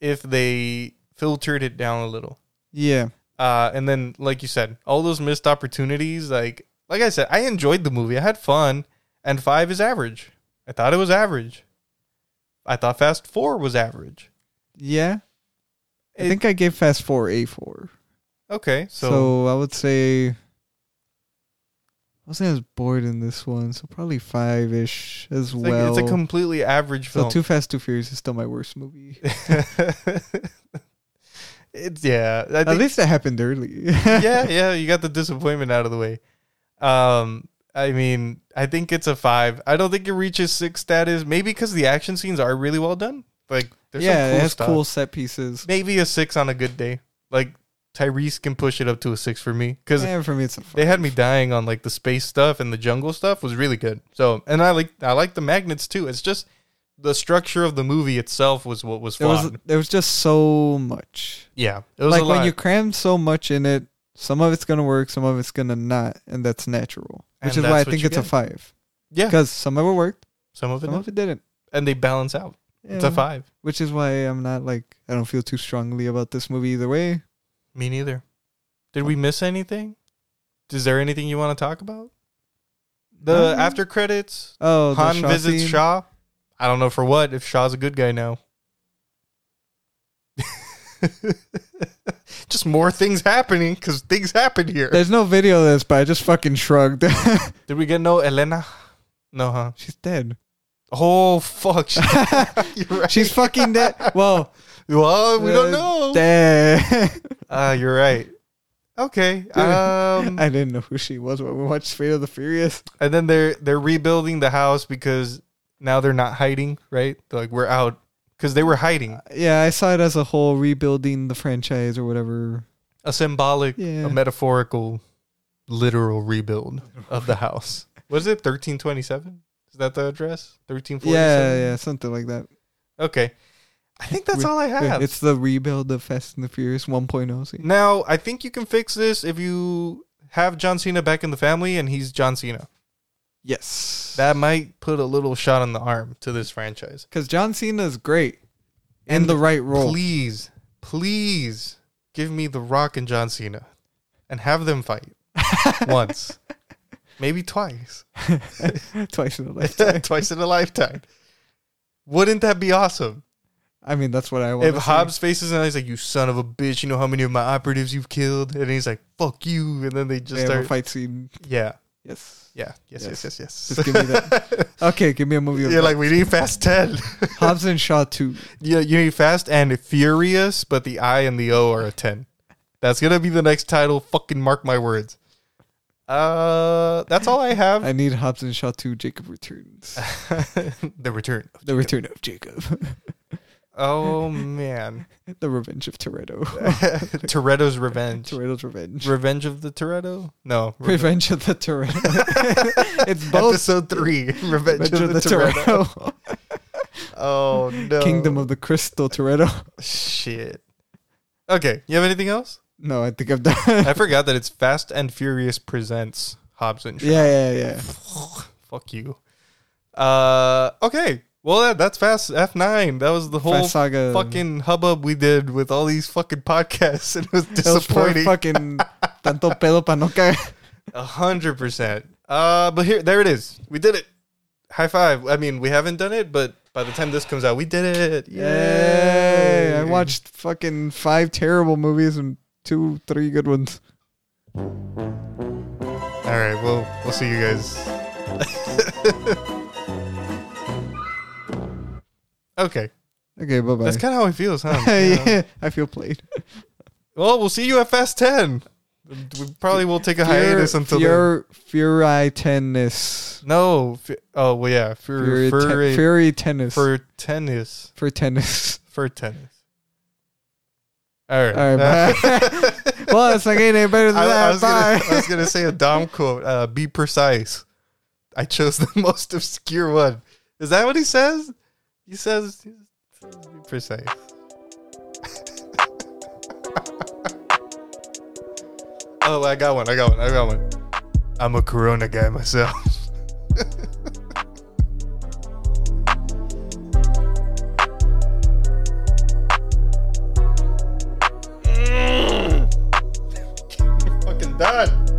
Speaker 1: if they filtered it down a little.
Speaker 2: Yeah,
Speaker 1: Uh, and then, like you said, all those missed opportunities. Like, like I said, I enjoyed the movie. I had fun, and five is average. I thought it was average. I thought Fast Four was average.
Speaker 2: yeah.
Speaker 1: It-
Speaker 2: I think I gave Fast Four a four.
Speaker 1: Okay,
Speaker 2: So,
Speaker 1: so,
Speaker 2: I would say I wasn't as bored in this one, so probably five ish as
Speaker 1: it's, like-
Speaker 2: well.
Speaker 1: it's a completely average
Speaker 2: so
Speaker 1: film.
Speaker 2: Too Fast, Too Furious is still my worst movie.
Speaker 1: it's yeah. I
Speaker 2: At least it happened early.
Speaker 1: yeah, yeah, you got the disappointment out of the way. Um, I mean, I think it's a five. I don't think it reaches six status. Maybe because the action scenes are really well done. Like, there's
Speaker 2: yeah,
Speaker 1: some cool
Speaker 2: it has
Speaker 1: stuff.
Speaker 2: cool set pieces.
Speaker 1: Maybe a six on a good day. Like Tyrese can push it up to a six for me because
Speaker 2: And for me, it's a five.
Speaker 1: they had me dying on like the space stuff and the jungle stuff was really good. So, and I like I like the magnets too. It's just the structure of the movie itself was what was
Speaker 2: There
Speaker 1: flawed.
Speaker 2: was there was just so much.
Speaker 1: yeah, it was
Speaker 2: like
Speaker 1: a lot.
Speaker 2: when you cram so much in it, some of it's gonna work, some of it's gonna not, and that's natural. Which
Speaker 1: And
Speaker 2: is why I
Speaker 1: that's what
Speaker 2: think
Speaker 1: you
Speaker 2: it's a
Speaker 1: get.
Speaker 2: five
Speaker 1: yeah,
Speaker 2: because some of it worked,
Speaker 1: some of it,
Speaker 2: some of it didn't.
Speaker 1: and they balance out. It's
Speaker 2: Yeah.
Speaker 1: a five.
Speaker 2: Which is why I'm not like I don't feel too strongly about this movie either way.
Speaker 1: Me neither. Did we miss anything? Is there anything you want to talk about? The
Speaker 2: No.
Speaker 1: after credits,
Speaker 2: Oh, the
Speaker 1: Han
Speaker 2: Shaw
Speaker 1: visits
Speaker 2: scene.
Speaker 1: Shaw. I don't know for what. If Shaw's a good guy now, just more things happening because things happen here.
Speaker 2: There's no video of this, but I just fucking shrugged.
Speaker 1: Did we get no Elena? No, huh?
Speaker 2: She's dead.
Speaker 1: Oh fuck! She- you're right.
Speaker 2: She's fucking dead. Well,
Speaker 1: well, we don't
Speaker 2: uh,
Speaker 1: know.
Speaker 2: Dead.
Speaker 1: Ah, you're right. Okay. Um,
Speaker 2: I didn't know who she was when we watched Fate of the Furious.
Speaker 1: and then they're they're rebuilding the house because now they're not hiding, right? They're like we're out because they were hiding.
Speaker 2: Yeah, I saw it as a whole rebuilding the franchise or whatever.
Speaker 1: A symbolic,
Speaker 2: Yeah.
Speaker 1: a metaphorical, literal rebuild of the house. What is it? Thirteen twenty-seven. Is that the address? Thirteen
Speaker 2: Yeah,
Speaker 1: forty-seven.
Speaker 2: yeah, something like that.
Speaker 1: yeah. Okay. I think that's
Speaker 2: We-
Speaker 1: all I have.
Speaker 2: It's the rebuild of Fast and the Furious 1.0. See?
Speaker 1: Now, I think you can fix this if you have John Cena back in the family and he's John Cena.
Speaker 2: Yes.
Speaker 1: That might put a little shot on the arm to this franchise.
Speaker 2: Because John Cena's great in
Speaker 1: And
Speaker 2: the right role.
Speaker 1: Please, please give me The Rock and John Cena and have them fight once, maybe twice,
Speaker 2: Twice in a lifetime.
Speaker 1: twice in a lifetime. Wouldn't that be awesome?
Speaker 2: I mean, that's what I want.
Speaker 1: If Hobbs faces and he's like, "You son of a bitch! You know how many of my operatives you've killed," and he's like, "Fuck you!" and then they
Speaker 2: they
Speaker 1: just
Speaker 2: have a
Speaker 1: start,
Speaker 2: fight scene.
Speaker 1: yeah,
Speaker 2: Yes.
Speaker 1: yeah, yes, yes,
Speaker 2: Yes.
Speaker 1: yes, yes.
Speaker 2: Just give me that. Okay, give me a movie. Of
Speaker 1: You're
Speaker 2: that.
Speaker 1: like, we need Fast 10.
Speaker 2: Hobbs and Shaw 2.
Speaker 1: yeah, you need Fast and Furious, but the I and the O are a 10. That's going to be the next title. Fucking mark my words. Uh, That's all I have.
Speaker 2: I need Hobbs and Shaw 2. Jacob returns.
Speaker 1: the return.
Speaker 2: The return of Jacob.
Speaker 1: Oh, man.
Speaker 2: the revenge of Toretto.
Speaker 1: Toretto's Revenge.
Speaker 2: Toretto's revenge.
Speaker 1: Revenge of the Toretto? No. Re-
Speaker 2: Revenge of the Toretto. it's both.
Speaker 1: Episode 3. Revenge,
Speaker 2: Revenge of the Toretto.
Speaker 1: Oh, no.
Speaker 2: Kingdom of the Crystal Toretto.
Speaker 1: Shit. Okay. You have anything else?
Speaker 2: No, I think I'm done.
Speaker 1: I forgot that it's Fast and Furious presents Hobbs and Shaw.
Speaker 2: Yeah, yeah, yeah.
Speaker 1: Fuck you. Uh, okay. Well, that, that's fast F nine. That was the whole
Speaker 2: Fast Saga.
Speaker 1: fucking hubbub we did with all these fucking podcasts. It was
Speaker 2: That was poor
Speaker 1: disappointing.
Speaker 2: fucking tanto pedo pa no caer.
Speaker 1: A hundred percent. Uh, but here, there it is. We did it. High five. I mean, we haven't done it, but by the time this comes out, we did it.
Speaker 2: Yay!
Speaker 1: Yay!
Speaker 2: I watched fucking five terrible movies and two, three good ones.
Speaker 1: All right. Well, we'll see you guys. okay.
Speaker 2: Okay, bye bye.
Speaker 1: That's kind of how it feels, huh?
Speaker 2: yeah, I feel played.
Speaker 1: Well, we'll see you at Fast 10. We probably will take a hiatus until then.
Speaker 2: your Fury tennis.
Speaker 1: No. F- oh, well, yeah. For,
Speaker 2: Fury,
Speaker 1: for,
Speaker 2: te- Fury tennis. For,
Speaker 1: for tennis.
Speaker 2: tennis.
Speaker 1: For tennis. All right.
Speaker 2: All right,
Speaker 1: Uh,
Speaker 2: well, it's like ain't any better than
Speaker 1: I, I
Speaker 2: that.
Speaker 1: was gonna, I
Speaker 2: bye.
Speaker 1: was gonna say a Dom quote. Uh, be precise. I chose the most obscure one. Is that what he says? He says, "Be precise." oh, I got one. I got one. I got one. I'm a Corona guy myself. Fucking done.